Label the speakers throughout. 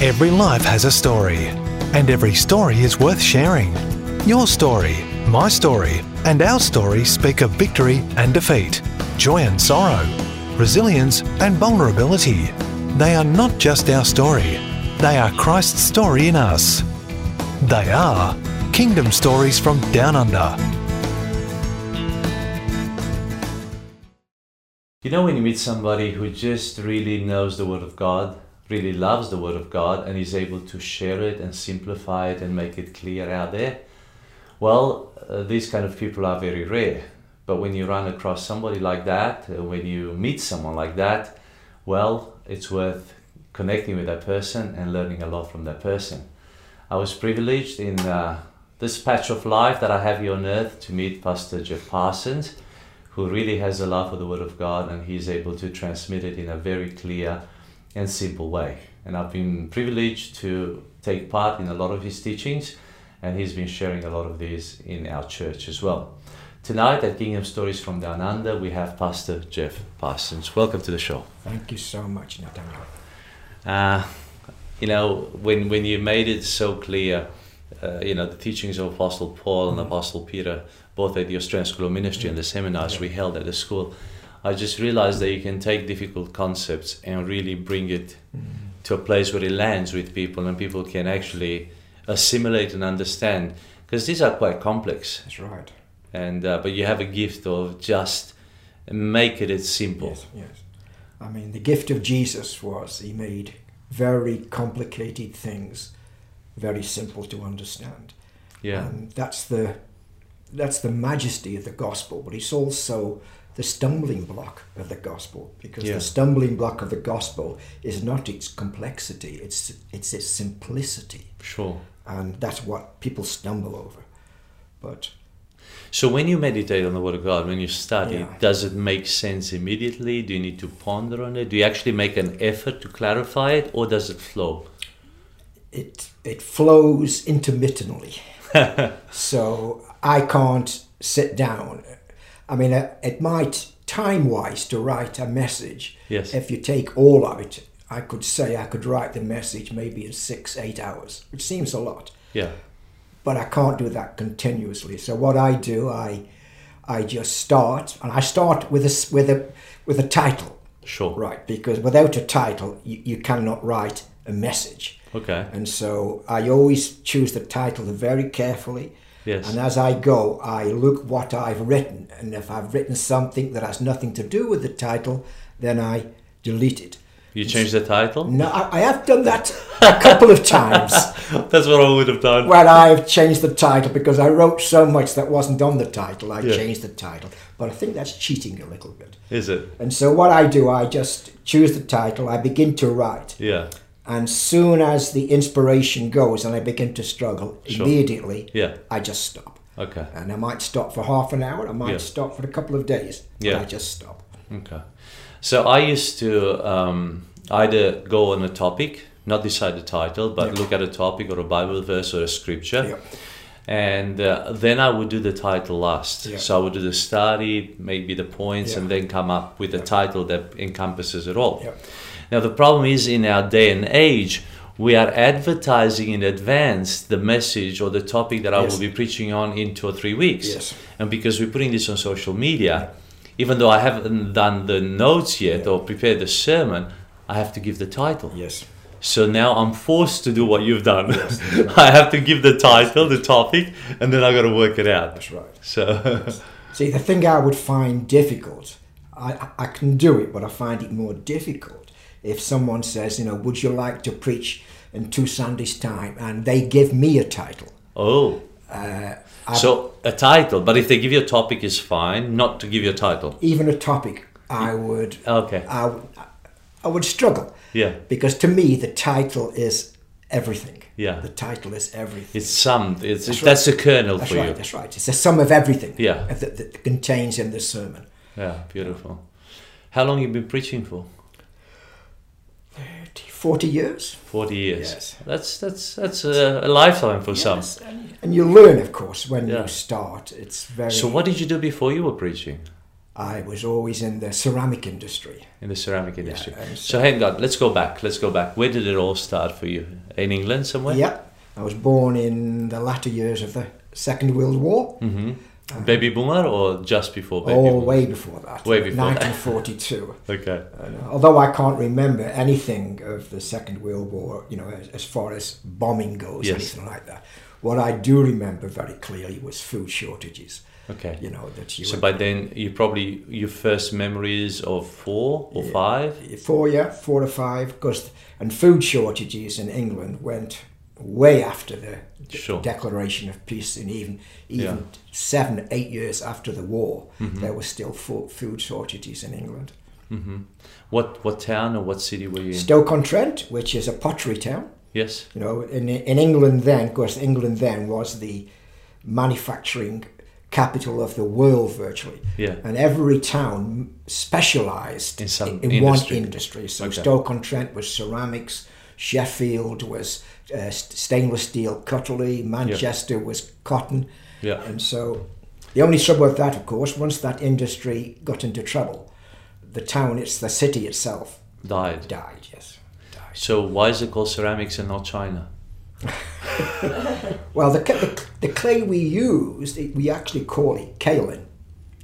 Speaker 1: Every life has a story, and every story is worth sharing. Your story, my story, and our story speak of victory and defeat, joy and sorrow, resilience and vulnerability. They are not just our story, they are Christ's story in us. They are Kingdom Stories from Down Under.
Speaker 2: You know, when you meet somebody who just really knows the Word of God, really loves the Word of God, and is able to share it and simplify it and make it clear out there, well, uh, these kind of people are very rare. But when you run across somebody like that, uh, when you meet someone like that, well, it's worth connecting with that person and learning a lot from that person. I was privileged in uh, this patch of life that I have here on earth to meet Pastor Jeff Parsons who really has a love for the Word of God and he's able to transmit it in a very clear and simple way. And I've been privileged to take part in a lot of his teachings, and he's been sharing a lot of these in our church as well. Tonight at Kingdom Stories from Down Under, we have Pastor Jeff Parsons. Welcome to the show.
Speaker 3: Thank you so much, Nathaniel.
Speaker 2: Uh, you know, when, when you made it so clear, uh, you know, the teachings of Apostle Paul
Speaker 3: Mm-hmm.
Speaker 2: and Apostle Peter, both at the Australian School of Ministry and the seminars we held at the school, I just realized that you can take difficult concepts and really bring it
Speaker 3: Mm-hmm.
Speaker 2: to a place where it lands with people and people can actually assimilate and understand because these are quite complex.
Speaker 3: That's right.
Speaker 2: And uh, but you have a gift of just make it as simple.
Speaker 3: Yes, yes. I mean, the gift of Jesus was he made very complicated things very simple to understand.
Speaker 2: Yeah.
Speaker 3: And that's the that's the majesty of the gospel, but it's also the stumbling block of the gospel because
Speaker 2: Yeah.
Speaker 3: the stumbling block of the gospel is not its complexity, it's it's its simplicity,
Speaker 2: Sure.
Speaker 3: and that's what people stumble over. But
Speaker 2: So when you meditate on the Word of God, when you study,
Speaker 3: Yeah.
Speaker 2: does it make sense immediately? Do you need to ponder on it? Do you actually make an effort to clarify it, or does it flow?
Speaker 3: it it flows intermittently. so I can't sit down. I mean, uh, it might time wise to write a message.
Speaker 2: Yes.
Speaker 3: If you take all of it, I could say I could write the message maybe in six eight hours, which seems a lot,
Speaker 2: Yeah.
Speaker 3: but I can't do that continuously. So what I do, I I just start, and I start with a s- with a with a title,
Speaker 2: Sure.
Speaker 3: right? Because without a title, you, you cannot write a message.
Speaker 2: Okay.
Speaker 3: And so I always choose the title very carefully.
Speaker 2: Yes.
Speaker 3: And as I go, I look what I've written. And if I've written something that has nothing to do with the title, then I delete it.
Speaker 2: You change the title?
Speaker 3: No, I, I have done that a couple of times
Speaker 2: That's what I would have done.
Speaker 3: where I've changed the title because I wrote so much that wasn't on the title. I
Speaker 2: Yeah.
Speaker 3: changed the title. But I think that's cheating a little bit.
Speaker 2: Is it?
Speaker 3: And so what I do, I just choose the title, I begin to write.
Speaker 2: Yeah.
Speaker 3: And soon as the inspiration goes and I begin to struggle,
Speaker 2: Sure.
Speaker 3: immediately
Speaker 2: Yeah.
Speaker 3: I just stop.
Speaker 2: Okay.
Speaker 3: And I might stop for half an hour, I might
Speaker 2: Yeah.
Speaker 3: stop for a couple of days, but
Speaker 2: Yeah.
Speaker 3: I just stop.
Speaker 2: Okay. So I used to um, either go on a topic, not decide the title, but
Speaker 3: Yeah.
Speaker 2: look at a topic or a Bible verse or a scripture.
Speaker 3: Yeah.
Speaker 2: And uh, then I would do the title last.
Speaker 3: Yeah.
Speaker 2: So I would do the study, maybe the points,
Speaker 3: Yeah.
Speaker 2: and then come up with a title that encompasses it all.
Speaker 3: Yeah.
Speaker 2: Now, the problem is in our day and age, we are advertising in advance the message or the topic that I
Speaker 3: Yes.
Speaker 2: will be preaching on in two or three weeks.
Speaker 3: Yes.
Speaker 2: And because we're putting this on social media, even though I haven't done the notes yet or prepared the sermon, I have to give the title.
Speaker 3: Yes.
Speaker 2: So now I'm forced to do what you've done. I have to give the title, the topic, and then I got to work it out.
Speaker 3: That's right.
Speaker 2: So,
Speaker 3: See, the thing I would find difficult, I, I- I can do it, but I find it more difficult if someone says, you know, would you like to preach in two Sundays' time? And they give me a title.
Speaker 2: oh,
Speaker 3: Uh,
Speaker 2: so a title. But if they give you a topic, is fine. Not to give you a title.
Speaker 3: even a topic I would
Speaker 2: Okay.
Speaker 3: I, would- I would struggle.
Speaker 2: Yeah.
Speaker 3: Because to me the title is everything.
Speaker 2: Yeah.
Speaker 3: The title is everything.
Speaker 2: It's summed. It's that's,
Speaker 3: right.
Speaker 2: a kernel
Speaker 3: that's
Speaker 2: for
Speaker 3: right,
Speaker 2: you.
Speaker 3: that's right. It's the sum of everything
Speaker 2: Yeah.
Speaker 3: that, that contains in the sermon.
Speaker 2: Yeah, beautiful. How long you been preaching for?
Speaker 3: 40 years.
Speaker 2: Forty years.
Speaker 3: Yes.
Speaker 2: That's that's that's a, a lifetime for some.
Speaker 3: And you learn of course when
Speaker 2: Yeah.
Speaker 3: you start. It's very
Speaker 2: So what did you do before you were preaching?
Speaker 3: I was always in the ceramic industry.
Speaker 2: in the ceramic industry.
Speaker 3: and
Speaker 2: so hang on, let's go back. Let's go back. Where did it all start for you? In England somewhere?
Speaker 3: Yep. I was born in the latter years of the Second World War,
Speaker 2: hmm baby boomer or just before baby
Speaker 3: or
Speaker 2: boomer?
Speaker 3: way before that,
Speaker 2: Way before that.
Speaker 3: 1942.
Speaker 2: Okay.
Speaker 3: And although I can't remember anything of the Second World War, you know, as, as far as bombing goes,
Speaker 2: Yes.
Speaker 3: anything like that. What I do remember very clearly was food shortages.
Speaker 2: Okay.
Speaker 3: You know that you
Speaker 2: So by
Speaker 3: were-
Speaker 2: then you probably your first memories of four or
Speaker 3: Yeah.
Speaker 2: five.
Speaker 3: four, yeah, four or five, because and food shortages in England went way after the de-
Speaker 2: Sure.
Speaker 3: declaration of peace, and even even
Speaker 2: Yeah. Mm-hmm.
Speaker 3: seven, eight years after the war, there were still fo- food shortages in England.
Speaker 2: hmm What what town or what city were you in?
Speaker 3: Stoke-on-Trent, which is a pottery town,
Speaker 2: yes.
Speaker 3: you know, in in England then, of course, England then was the manufacturing capital of the world virtually.
Speaker 2: Yeah.
Speaker 3: and every town specialized
Speaker 2: In some
Speaker 3: in
Speaker 2: industry.
Speaker 3: one industry. So
Speaker 2: Okay.
Speaker 3: Stoke-on-Trent was ceramics, Sheffield was uh, s- stainless steel cutlery, Manchester was cotton.
Speaker 2: Yeah.
Speaker 3: And so the only trouble with that, of course, once that industry got into trouble, the town, it's the city itself,
Speaker 2: Died.
Speaker 3: died, yes. Died.
Speaker 2: So why is it called ceramics and not China?
Speaker 3: Well, the, ca- the, the clay we used, it, we actually call it kaolin.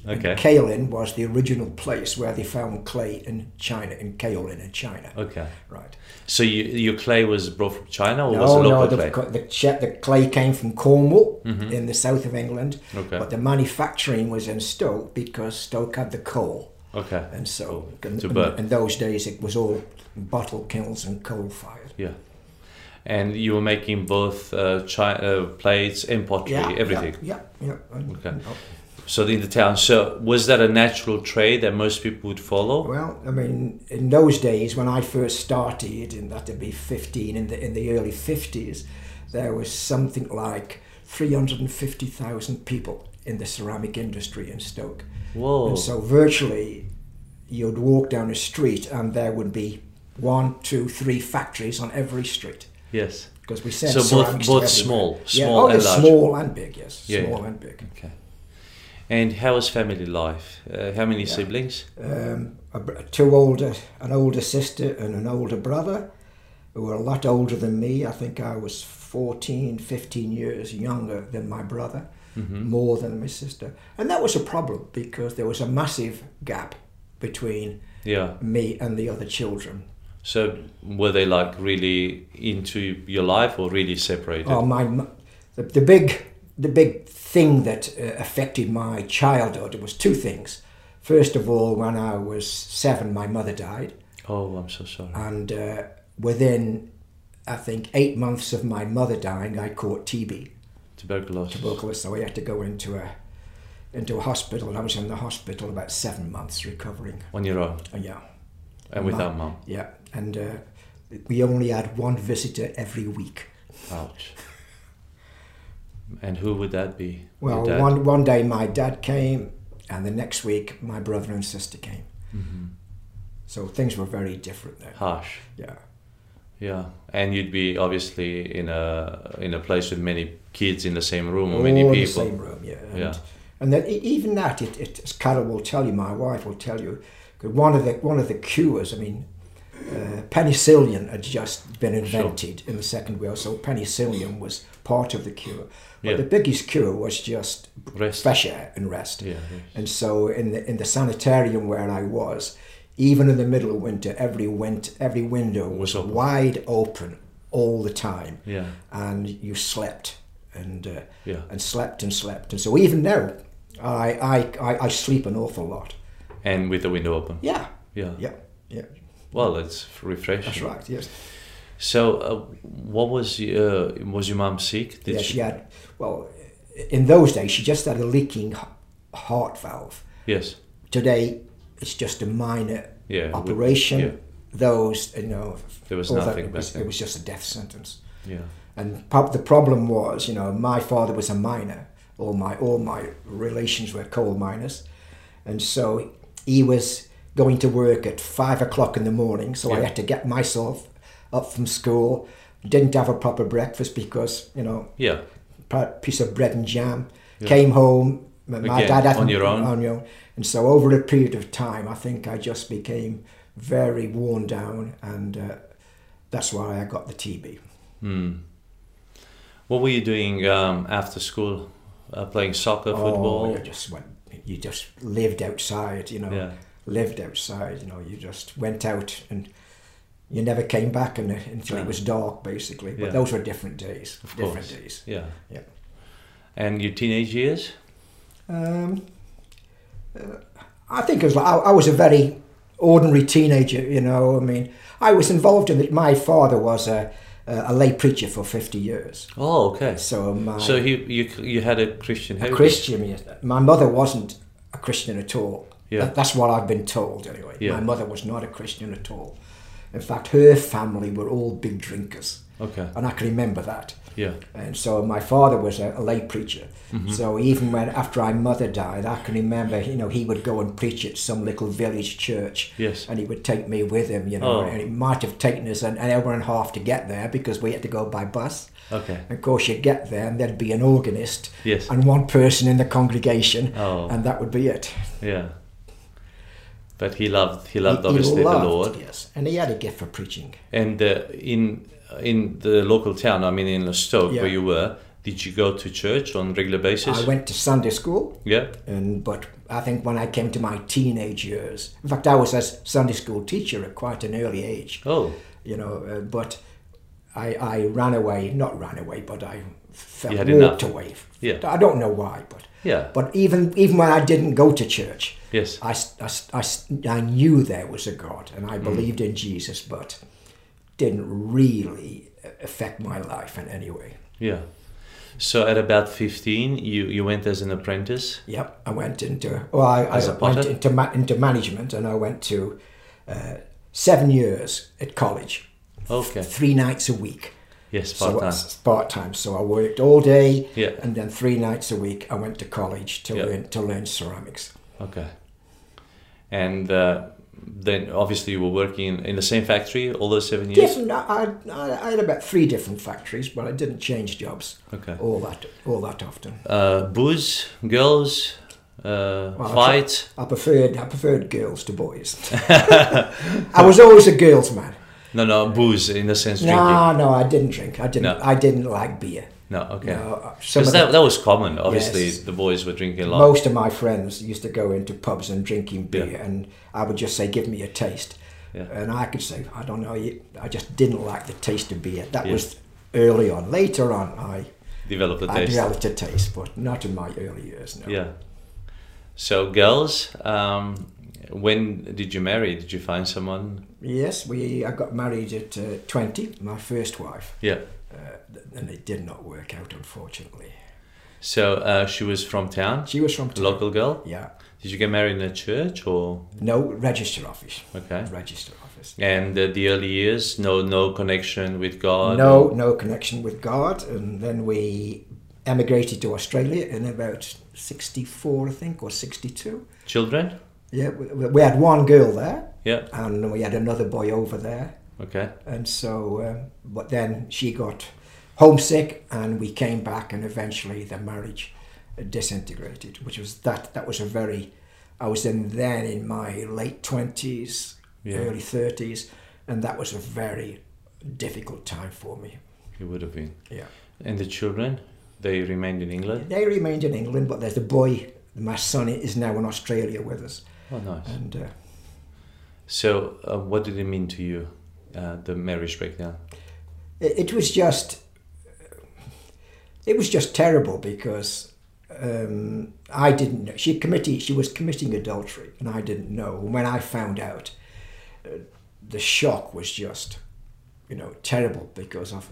Speaker 2: Okay.
Speaker 3: Kaolin was the original place where they found clay in China, in kaolin in China.
Speaker 2: Okay.
Speaker 3: Right.
Speaker 2: So you, your clay was brought from China or was
Speaker 3: No,
Speaker 2: it
Speaker 3: no,
Speaker 2: local
Speaker 3: the,
Speaker 2: clay? Mm-hmm.
Speaker 3: co- the, che- the clay came from Cornwall in the south of England,
Speaker 2: Okay.
Speaker 3: but the manufacturing was in Stoke because Stoke had the coal.
Speaker 2: okay.
Speaker 3: And so, in,
Speaker 2: Oh. To burn.
Speaker 3: in those days, it was all bottle kilns and coal fired.
Speaker 2: Yeah. And you were making both uh, chi- uh, plates and pottery, everything.
Speaker 3: Yeah, yeah. and-
Speaker 2: Okay.
Speaker 3: and- oh,
Speaker 2: So in the town. So was that a natural trade that most people would follow?
Speaker 3: Well, I mean, in those days when I first started, and that'd be 15 in the, in the early 50s, there was something like 350,000 people in the ceramic industry in Stoke.
Speaker 2: Whoa.
Speaker 3: And so virtually, you'd walk down a street and there would be one, two, three factories on every street
Speaker 2: yes.
Speaker 3: because we sent
Speaker 2: So both-
Speaker 3: ceramics to
Speaker 2: both
Speaker 3: everywhere.
Speaker 2: small-
Speaker 3: yeah.
Speaker 2: small
Speaker 3: oh,
Speaker 2: and
Speaker 3: yeah,
Speaker 2: large.
Speaker 3: small and big, yes,
Speaker 2: Yeah,
Speaker 3: small
Speaker 2: yeah.
Speaker 3: and big.
Speaker 2: Okay. And how was family life? Uh, how many siblings?
Speaker 3: Um, a, br- two older, an older sister and an older brother, who were a lot older than me. I think I was 14, 15 years younger than my brother, more than my sister, and that was a problem because there was a massive gap between
Speaker 2: Yeah.
Speaker 3: me and the other children.
Speaker 2: So were they like really into your life or really separated?
Speaker 3: Oh, my, m- the, the big the big thing that uh, affected my childhood was two things. First of all, when I was seven, my mother died,
Speaker 2: oh, I'm so sorry.
Speaker 3: and uh, within I think eight months of my mother dying, I caught TB,
Speaker 2: Tuberculosis.
Speaker 3: tuberculosis. So I had to go into a into a hospital, and I was in the hospital about seven months recovering.
Speaker 2: On your own
Speaker 3: Oh, yeah,
Speaker 2: and without mum.
Speaker 3: yeah, and uh, we only had one visitor every week.
Speaker 2: Ouch. And who would that be? Your
Speaker 3: Well,
Speaker 2: dad?
Speaker 3: one one day my dad came, and the next week my brother and sister came.
Speaker 2: Mm-hmm.
Speaker 3: So things were very different then.
Speaker 2: harsh.
Speaker 3: Yeah,
Speaker 2: Yeah, and you'd be obviously in a in a place with many kids in the same room or many
Speaker 3: All in the
Speaker 2: people.
Speaker 3: same room. Yeah, and,
Speaker 2: Yeah.
Speaker 3: and then e- even that, it, it, as Carol will tell you, my wife will tell you, 'cause one of the one of the cures. I mean, uh, penicillin had just been invented in the Second World, so penicillin was part of the cure. But
Speaker 2: Yeah.
Speaker 3: the biggest cure was just
Speaker 2: Rest.
Speaker 3: fresh air and rest.
Speaker 2: Yeah,
Speaker 3: And so in the in the sanitarium where I was, even in the middle of winter, every went every window was
Speaker 2: Was open.
Speaker 3: wide open all the time,
Speaker 2: yeah,
Speaker 3: and you slept and uh,
Speaker 2: Yeah.
Speaker 3: and slept and slept. And so even now, I I, I I sleep an awful lot.
Speaker 2: and with the window open.
Speaker 3: Yeah,
Speaker 2: Yeah.
Speaker 3: yeah, yeah.
Speaker 2: Well, it's refreshing.
Speaker 3: That's right. Yes,
Speaker 2: So, uh, what was your, uh, was your mum sick? Did
Speaker 3: yeah.
Speaker 2: she?
Speaker 3: She had well, in those days she just had a leaking h- heart valve.
Speaker 2: Yes.
Speaker 3: today it's just a minor
Speaker 2: Yeah, it would-
Speaker 3: operation.
Speaker 2: yeah.
Speaker 3: Those, you know,
Speaker 2: There was
Speaker 3: although
Speaker 2: nothing
Speaker 3: It
Speaker 2: back
Speaker 3: was,
Speaker 2: then.
Speaker 3: it was just a death sentence.
Speaker 2: Yeah.
Speaker 3: And prob- the problem was, you know, my father was a miner. All my all my relations were coal miners, and so he was going to work at five o'clock in the morning. So I
Speaker 2: Yeah.
Speaker 3: had to get myself up from school. Didn't have a proper breakfast because you know
Speaker 2: Yeah.
Speaker 3: pr- piece of bread and jam. Came home, my,
Speaker 2: Again, on
Speaker 3: hadn't-
Speaker 2: your own?
Speaker 3: On your own. And so over a period of time, I think I just became very worn down, and uh, that's why I got the TB.
Speaker 2: Hmm. What were you doing um, after school? Uh, playing soccer,
Speaker 3: Oh,
Speaker 2: football?
Speaker 3: you just went. You just lived outside. You know,
Speaker 2: Yeah.
Speaker 3: lived outside. You know, you just went out and. You never came back and, until
Speaker 2: No.
Speaker 3: it was dark, basically. But
Speaker 2: Yeah.
Speaker 3: those were different days.
Speaker 2: Of
Speaker 3: different
Speaker 2: course.
Speaker 3: days.
Speaker 2: Yeah.
Speaker 3: Yeah.
Speaker 2: And your teenage years?
Speaker 3: Um, uh, I think it was like, I, I was a very ordinary teenager, you know. I mean, I was involved in it. My father was a, a lay preacher for 50 years.
Speaker 2: Oh, okay.
Speaker 3: So my
Speaker 2: So he, you, you had a Christian
Speaker 3: a
Speaker 2: heritage.
Speaker 3: Christian, yes. my mother wasn't a Christian at all.
Speaker 2: Yeah.
Speaker 3: That- that's what I've been told, anyway.
Speaker 2: Yeah.
Speaker 3: My mother was not a Christian at all. In fact, her family were all big drinkers,
Speaker 2: Okay.
Speaker 3: and I can remember that.
Speaker 2: Yeah. Mm-hmm.
Speaker 3: And so my father was a, a lay preacher. So even when after my mother died, I can remember, you know, he would go and preach at some little village church.
Speaker 2: Yes.
Speaker 3: And he would take me with him, you
Speaker 2: Oh.
Speaker 3: know, and it might have taken us an, an hour and a half to get there because we had to go by bus.
Speaker 2: Okay.
Speaker 3: And of course, you'd get there and there'd be an organist
Speaker 2: Yes.
Speaker 3: and one person in the congregation,
Speaker 2: Oh.
Speaker 3: and that would be it.
Speaker 2: Yeah. But he loved he
Speaker 3: He-
Speaker 2: loved
Speaker 3: he
Speaker 2: obviously
Speaker 3: loved,
Speaker 2: the Lord.
Speaker 3: Yes. And he had a gift for preaching.
Speaker 2: And uh, in in the local town, I mean in Stoke
Speaker 3: Yeah.
Speaker 2: where you were, did you go to church on a regular basis?
Speaker 3: I went to Sunday school.
Speaker 2: yeah.
Speaker 3: And but I think when I came to my teenage years, in fact, I was a Sunday school teacher at quite an early age.
Speaker 2: Oh.
Speaker 3: You know, uh, but I I ran away, not ran away, but I felt
Speaker 2: You had
Speaker 3: walked
Speaker 2: enough.
Speaker 3: away.
Speaker 2: Yeah.
Speaker 3: I don't know why, but
Speaker 2: Yeah.
Speaker 3: But even even when I didn't go to church,
Speaker 2: Yes.
Speaker 3: I s- I s- I s- I knew there was a God and
Speaker 2: Mm.
Speaker 3: I believed in Jesus, but didn't really affect my life in any way.
Speaker 2: Yeah. So at about 15, you, you went as an apprentice.
Speaker 3: Yep, I went into well, I,
Speaker 2: As a
Speaker 3: I went
Speaker 2: potter?
Speaker 3: into ma- into management, and I went to uh, seven years at college,
Speaker 2: Okay.
Speaker 3: three nights a week.
Speaker 2: Yes, part time.
Speaker 3: So part time. So I worked all day,
Speaker 2: Yeah.
Speaker 3: and then three nights a week I went to college to
Speaker 2: Yeah.
Speaker 3: learn to learn ceramics.
Speaker 2: Okay. And uh, then obviously you were working in, in the same factory all those seven years.
Speaker 3: Different. I, I, I had about three different factories, but I didn't change jobs
Speaker 2: Okay.
Speaker 3: all that all that often.
Speaker 2: Uh, booze, girls, uh,
Speaker 3: Well, I
Speaker 2: fight.
Speaker 3: I preferred I preferred girls to boys. I was always a girls' man.
Speaker 2: No, no, booze in the sense drinking.
Speaker 3: No, no, I didn't drink. I didn't.
Speaker 2: No.
Speaker 3: I didn't like beer.
Speaker 2: No, okay.
Speaker 3: No, some
Speaker 2: Because
Speaker 3: of
Speaker 2: that,
Speaker 3: the-
Speaker 2: that was common. Obviously,
Speaker 3: Yes.
Speaker 2: the boys were drinking a lot.
Speaker 3: most of my friends used to go into pubs and drinking beer,
Speaker 2: Yeah.
Speaker 3: and I would just say, "Give me a taste,"
Speaker 2: Yeah.
Speaker 3: and I could say, "I don't know," you- I just didn't like the taste of beer. That was early on. Later on, I
Speaker 2: Developed a
Speaker 3: I
Speaker 2: taste.
Speaker 3: developed a taste, but not in my early years. No.
Speaker 2: Yeah. So, girls, um, when did you marry? Did you find someone?
Speaker 3: Yes, we I got married at uh, twenty. My first wife,
Speaker 2: Yeah.
Speaker 3: uh, th- and it did not work out, unfortunately.
Speaker 2: So, uh, she was from town,
Speaker 3: She was from
Speaker 2: a local girl.
Speaker 3: Yeah,
Speaker 2: Did you get married in a church or?
Speaker 3: no register office.
Speaker 2: Okay.
Speaker 3: Register office.
Speaker 2: And uh, the early years, no, no connection with God.
Speaker 3: no,
Speaker 2: or-
Speaker 3: no connection with God. And then we emigrated to Australia in about 64, I think, or 62.
Speaker 2: Children.
Speaker 3: Yeah, we, we had one girl there
Speaker 2: Yeah.
Speaker 3: and we had another boy over there.
Speaker 2: Okay.
Speaker 3: And so, um, but then she got homesick and we came back and eventually the marriage disintegrated, which was that, that was a very, I was in then in my late 20s,
Speaker 2: Yeah.
Speaker 3: early 30s, and that was a very difficult time for me.
Speaker 2: You would have been.
Speaker 3: Yeah.
Speaker 2: And the children, they remained in England.
Speaker 3: They remained in England, but there's a boy, my son, is now in Australia with us.
Speaker 2: Oh, nice.
Speaker 3: And uh,
Speaker 2: So, uh, what did it mean to you, uh, the marriage breakdown?
Speaker 3: it, it was just, it was just terrible because um, I didn't know. She committed, she was committing adultery, and I didn't know. And when I found out, uh, the shock was just, you know, terrible because of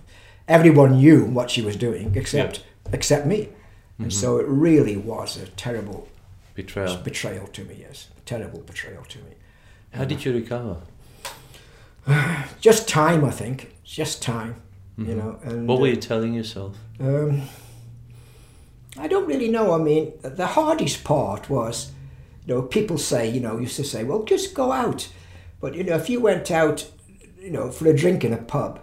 Speaker 3: everyone knew what she was doing except except me, and so it really was a terrible
Speaker 2: Betrayal.
Speaker 3: betrayal to me. Yes, a terrible betrayal to me.
Speaker 2: How did you recover?
Speaker 3: just time, I think. Just time, you know. And
Speaker 2: What were you telling yourself?
Speaker 3: Um, I don't really know. I mean, the hardest part was, you know, people say, you know, used to say, well, just go out. But you know, if you went out, you know, for a drink in a pub,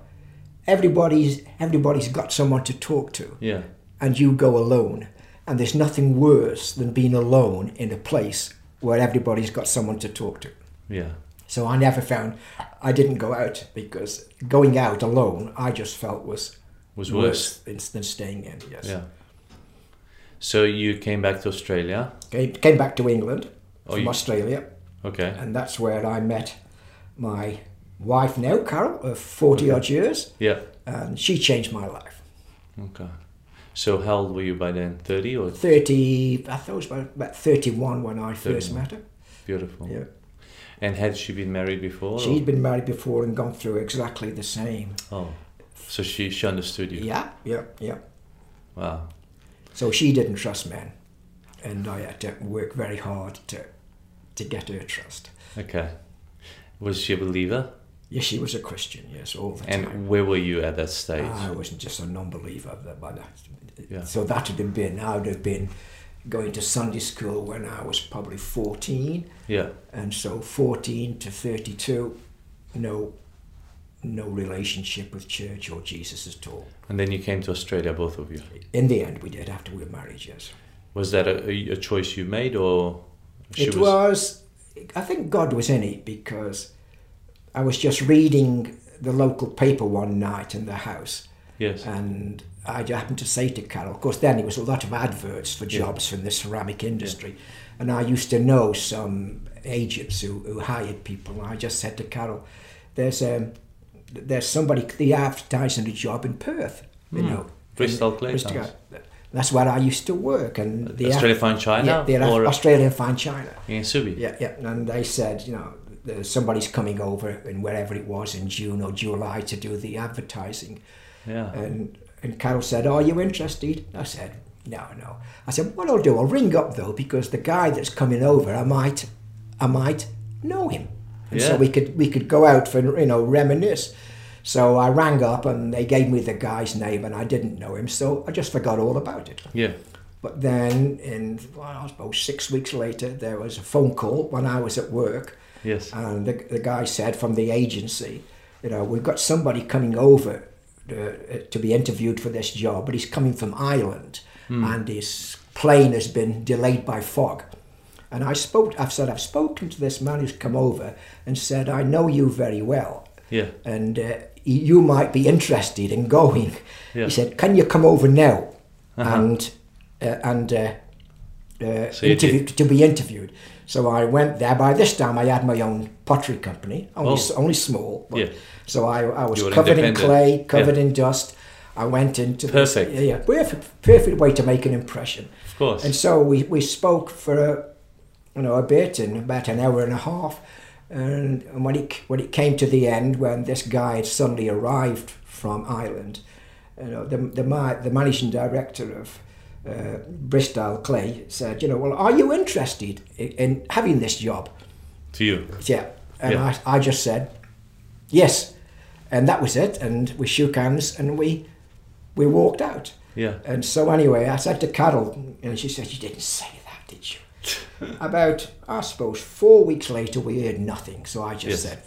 Speaker 3: everybody's everybody's got someone to talk to,
Speaker 2: Yeah.
Speaker 3: and you go alone. And there's nothing worse than being alone in a place where everybody's got someone to talk to.
Speaker 2: Yeah.
Speaker 3: So I never found, I didn't go out because going out alone, I just felt was
Speaker 2: Was
Speaker 3: worse
Speaker 2: worse.
Speaker 3: than, than staying in. Yes.
Speaker 2: Yeah. So you came back to Australia.
Speaker 3: Came, came back to England
Speaker 2: Oh,
Speaker 3: from
Speaker 2: you-
Speaker 3: Australia,
Speaker 2: Okay.
Speaker 3: and that's where I met my wife now, Carol, of 40 odd years,
Speaker 2: Yeah.
Speaker 3: and she changed my life.
Speaker 2: Okay. So how old were you by then? 30 or
Speaker 3: 30, I thought it was about, about 31 when I first
Speaker 2: 31.
Speaker 3: met her.
Speaker 2: beautiful?
Speaker 3: Yeah.
Speaker 2: And had she been married before? or-
Speaker 3: She'd been married before and gone through exactly the same.
Speaker 2: Oh. So she she understood you.
Speaker 3: Yeah, yeah, yeah.
Speaker 2: Wow.
Speaker 3: So she didn't trust men, and I had to work very hard to to get her trust.
Speaker 2: Okay. Was she a believer?
Speaker 3: Yes, she was a Christian. Yes, all the time.
Speaker 2: And where were you at that stage?
Speaker 3: I was just a non-believer that- by that.
Speaker 2: Yeah.
Speaker 3: So that would have been. I would have been going to Sunday school when I was probably fourteen,
Speaker 2: yeah.
Speaker 3: and so fourteen to thirty-two, no, no relationship with church or Jesus at all.
Speaker 2: And then you came to Australia, both of you.
Speaker 3: In the end, we did after we were married. Yes.
Speaker 2: Was that a, a, a choice you made or she
Speaker 3: it was, I think God was in it because I was just reading the local paper one night in the house,
Speaker 2: Yes.
Speaker 3: Ah. and I happened to say to Carol, of course, then there was a lot of adverts for jobs from the ceramic industry, and I used to know some agents who, who hired people, and I just said to Carol, there's um, there's somebody they advertising a job in Perth, you know,
Speaker 2: Hmm. Bristol
Speaker 3: And-
Speaker 2: Clay
Speaker 3: Bristol-
Speaker 2: House.
Speaker 3: That's where I used to work, and the
Speaker 2: Australia Fine
Speaker 3: yeah,
Speaker 2: China
Speaker 3: they're
Speaker 2: or
Speaker 3: Australian fine china.
Speaker 2: in Subi?
Speaker 3: Yeah, yeah. And they said, you know, there's somebody's coming over and wherever it was in June or July to do the advertising.
Speaker 2: Yeah.
Speaker 3: And and Carol said, Are you interested? I said, No, no. I said, What I'll do, I'll ring up though, because the guy that's coming over, I might I might know him. And so
Speaker 2: Yeah.
Speaker 3: we could we could go out for you know, reminisce. So I rang up and they gave me the guy's name and I didn't know him, so I just forgot all about it.
Speaker 2: yeah.
Speaker 3: But then, in well, I suppose six weeks later, there was a phone call when I was at work,
Speaker 2: Yes.
Speaker 3: and the, the guy said from the agency, you know, we've got somebody coming over uh, to be interviewed for this job, but he's coming from Ireland, and his plane has been delayed by fog. And I spoke. I've said I've spoken to this man who's come over and said I know you very well
Speaker 2: yeah.
Speaker 3: and uh, you might be interested in going.
Speaker 2: Yeah. Uh-huh.
Speaker 3: He said, "Can you come over now and uh, and uh, uh,
Speaker 2: So you
Speaker 3: interview, to be interviewed?" So I went there. By this time, I had my own pottery company, only s
Speaker 2: Oh.
Speaker 3: only small. But,
Speaker 2: Yeah.
Speaker 3: So I, I was
Speaker 2: You were
Speaker 3: covered in
Speaker 2: independent.
Speaker 3: clay, covered
Speaker 2: Yeah.
Speaker 3: in dust. I went into the-
Speaker 2: Perfect.
Speaker 3: yeah, yeah, perfect, perfect way to make an impression.
Speaker 2: Of course.
Speaker 3: And so we, we spoke for a, you know a bit and about an hour and a half, and, and when it when it came to the end, when this guy had suddenly arrived from Ireland, you know the the, ma- the managing director of. Uh, Bristol Clay said, "You know, well, are you interested in, in having this job?"
Speaker 2: to you.
Speaker 3: Yeah, and
Speaker 2: Yeah.
Speaker 3: I, I just said, "Yes," and that was it. And we shook hands and we we walked out.
Speaker 2: Yeah.
Speaker 3: And so anyway, I said to Carol, and she said, "You didn't say that, did you?" About I suppose four weeks later, we heard nothing. So I just
Speaker 2: Yes.
Speaker 3: said,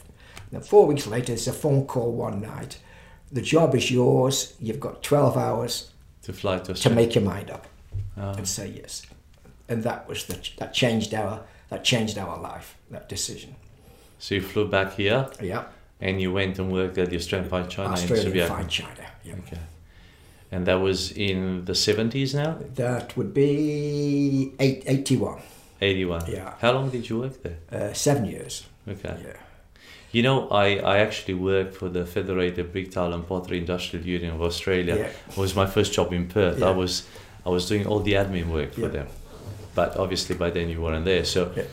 Speaker 3: now, four weeks later, it's a phone call one night. The job is yours. You've got twelve hours
Speaker 2: To fly to
Speaker 3: to
Speaker 2: Australia.
Speaker 3: make your mind up
Speaker 2: Ah.
Speaker 3: and say yes." And that was the, that changed our that changed our life. That decision.
Speaker 2: so you flew back here
Speaker 3: Yeah.
Speaker 2: and you went and worked at the Australian Fine China in
Speaker 3: Australian
Speaker 2: Subiaco.
Speaker 3: fine china. Yeah.
Speaker 2: Okay. And that was in the 70s now?
Speaker 3: That would be eight, 81,
Speaker 2: 81.
Speaker 3: Yeah.
Speaker 2: How long did you work there?
Speaker 3: uh, seven years.
Speaker 2: Okay.
Speaker 3: Yeah.
Speaker 2: You know, I, I actually worked for the Federated Brick Tile and Pottery Industrial Union of Australia.
Speaker 3: Yeah.
Speaker 2: It was my first job in Perth.
Speaker 3: Yeah.
Speaker 2: I was I was doing all the admin work for
Speaker 3: Yeah.
Speaker 2: them, but obviously by then you weren't there. So
Speaker 3: Yeah.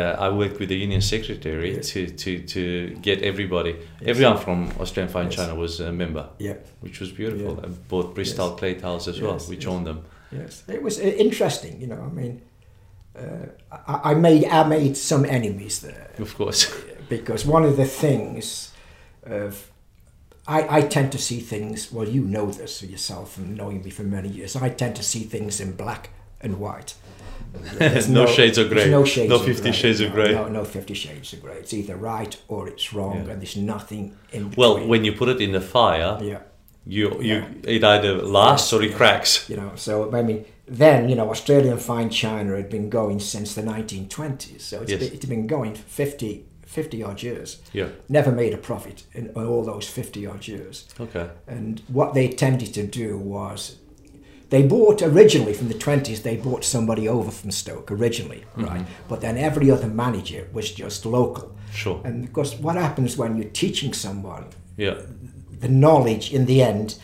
Speaker 2: uh, I worked with the union secretary
Speaker 3: Yeah.
Speaker 2: to, to, to get everybody, everyone from Australian Fine
Speaker 3: Yes.
Speaker 2: China was a member,
Speaker 3: Yeah.
Speaker 2: which was beautiful.
Speaker 3: Yeah.
Speaker 2: And bought Bristol
Speaker 3: Yes.
Speaker 2: Clay Tiles as well.
Speaker 3: Yes,
Speaker 2: We
Speaker 3: yes.
Speaker 2: joined them.
Speaker 3: Yes. It was uh, interesting, you know. I mean, uh, I, I made I made some enemies there
Speaker 2: Of course.
Speaker 3: because one of the things of I, I tend to see things. Well, you know this for yourself, and knowing me for many years, I tend to see things in black and white. There's
Speaker 2: No shades of
Speaker 3: there's
Speaker 2: grey.
Speaker 3: No shades.
Speaker 2: No
Speaker 3: of
Speaker 2: 50
Speaker 3: grey.
Speaker 2: shades of
Speaker 3: No,
Speaker 2: grey.
Speaker 3: No, no Fifty Shades of Grey. It's either right or it's wrong,
Speaker 2: Yeah.
Speaker 3: and there's nothing in between.
Speaker 2: Well, when you put it in the fire,
Speaker 3: yeah,
Speaker 2: you you
Speaker 3: Yeah.
Speaker 2: it either lasts or it cracks.
Speaker 3: you know. So I mean, then, you know, Australia and fine China had been going since the 1920s. So it's
Speaker 2: Yes.
Speaker 3: been, it's been going 50, 50 odd years.
Speaker 2: Yeah.
Speaker 3: Never made a profit in all those 50 odd years.
Speaker 2: Okay.
Speaker 3: And what they tended to do was they bought originally from the 20s, they bought somebody over from Stoke originally,
Speaker 2: Mm-hmm.
Speaker 3: right? But then every other manager was just local.
Speaker 2: Sure.
Speaker 3: And of course, what happens when you're teaching someone
Speaker 2: Yeah.
Speaker 3: the knowledge in the end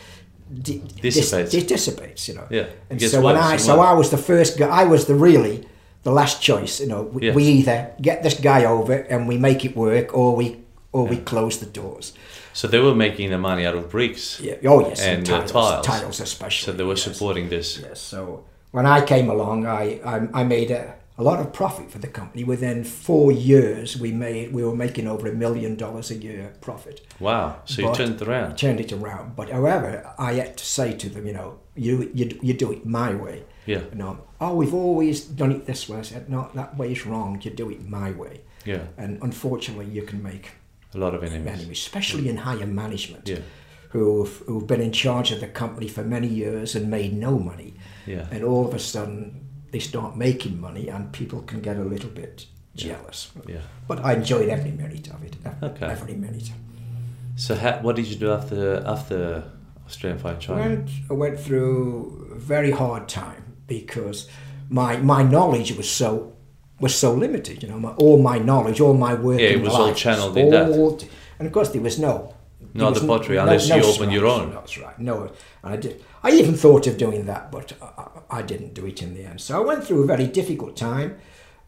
Speaker 3: di- dis-
Speaker 2: Dissipates.
Speaker 3: di- dissipates, you know.
Speaker 2: Yeah, it
Speaker 3: And
Speaker 2: gets
Speaker 3: so when
Speaker 2: worse
Speaker 3: I
Speaker 2: and
Speaker 3: so
Speaker 2: worse.
Speaker 3: I was the first guy. I was the really the last choice. You know, we,
Speaker 2: Yes.
Speaker 3: we either get this guy over and we make it work, or we or we close the doors.
Speaker 2: So they were making the money out of bricks.
Speaker 3: Yeah. Oh yes.
Speaker 2: And, uh,
Speaker 3: tiles,
Speaker 2: tiles.
Speaker 3: tiles especially.
Speaker 2: So they were
Speaker 3: yes.
Speaker 2: supporting this.
Speaker 3: Yes. So when I came along, I I, I made a, a lot of profit for the company. Within four years, we made we were making over a million dollars a year profit.
Speaker 2: Wow. So you
Speaker 3: But-
Speaker 2: turned it
Speaker 3: I
Speaker 2: around.
Speaker 3: turned it around. But however, I had to say to them, you know, you you, you do it my way.
Speaker 2: Yeah.
Speaker 3: You know, oh, we've always done it this way. I said, no, that way is wrong. You do it my way.
Speaker 2: Yeah.
Speaker 3: And unfortunately, you can make
Speaker 2: A lot of enemies.
Speaker 3: enemies, especially in higher management,
Speaker 2: Yeah.
Speaker 3: who've, who've been in charge of the company for many years and made no money.
Speaker 2: Yeah.
Speaker 3: And all of a sudden, they start making money, and people can get a little bit jealous.
Speaker 2: Yeah.
Speaker 3: But I enjoyed every minute of it. ev-
Speaker 2: Okay.
Speaker 3: Every minute.
Speaker 2: So ha- what did you do after after Australian Fire China?
Speaker 3: went I went through a very hard time because my my knowledge was so was so limited. You know, my, all my knowledge, all my work.
Speaker 2: Yeah, it
Speaker 3: in
Speaker 2: was all
Speaker 3: life,
Speaker 2: channeled in that.
Speaker 3: all- and of course, there was no.
Speaker 2: No
Speaker 3: there was
Speaker 2: other pottery unless you opened your
Speaker 3: scraps,
Speaker 2: own.
Speaker 3: That's right. No, and I did. I even thought of doing that, but I- I, I didn't do it in the end. So I went through a very difficult time,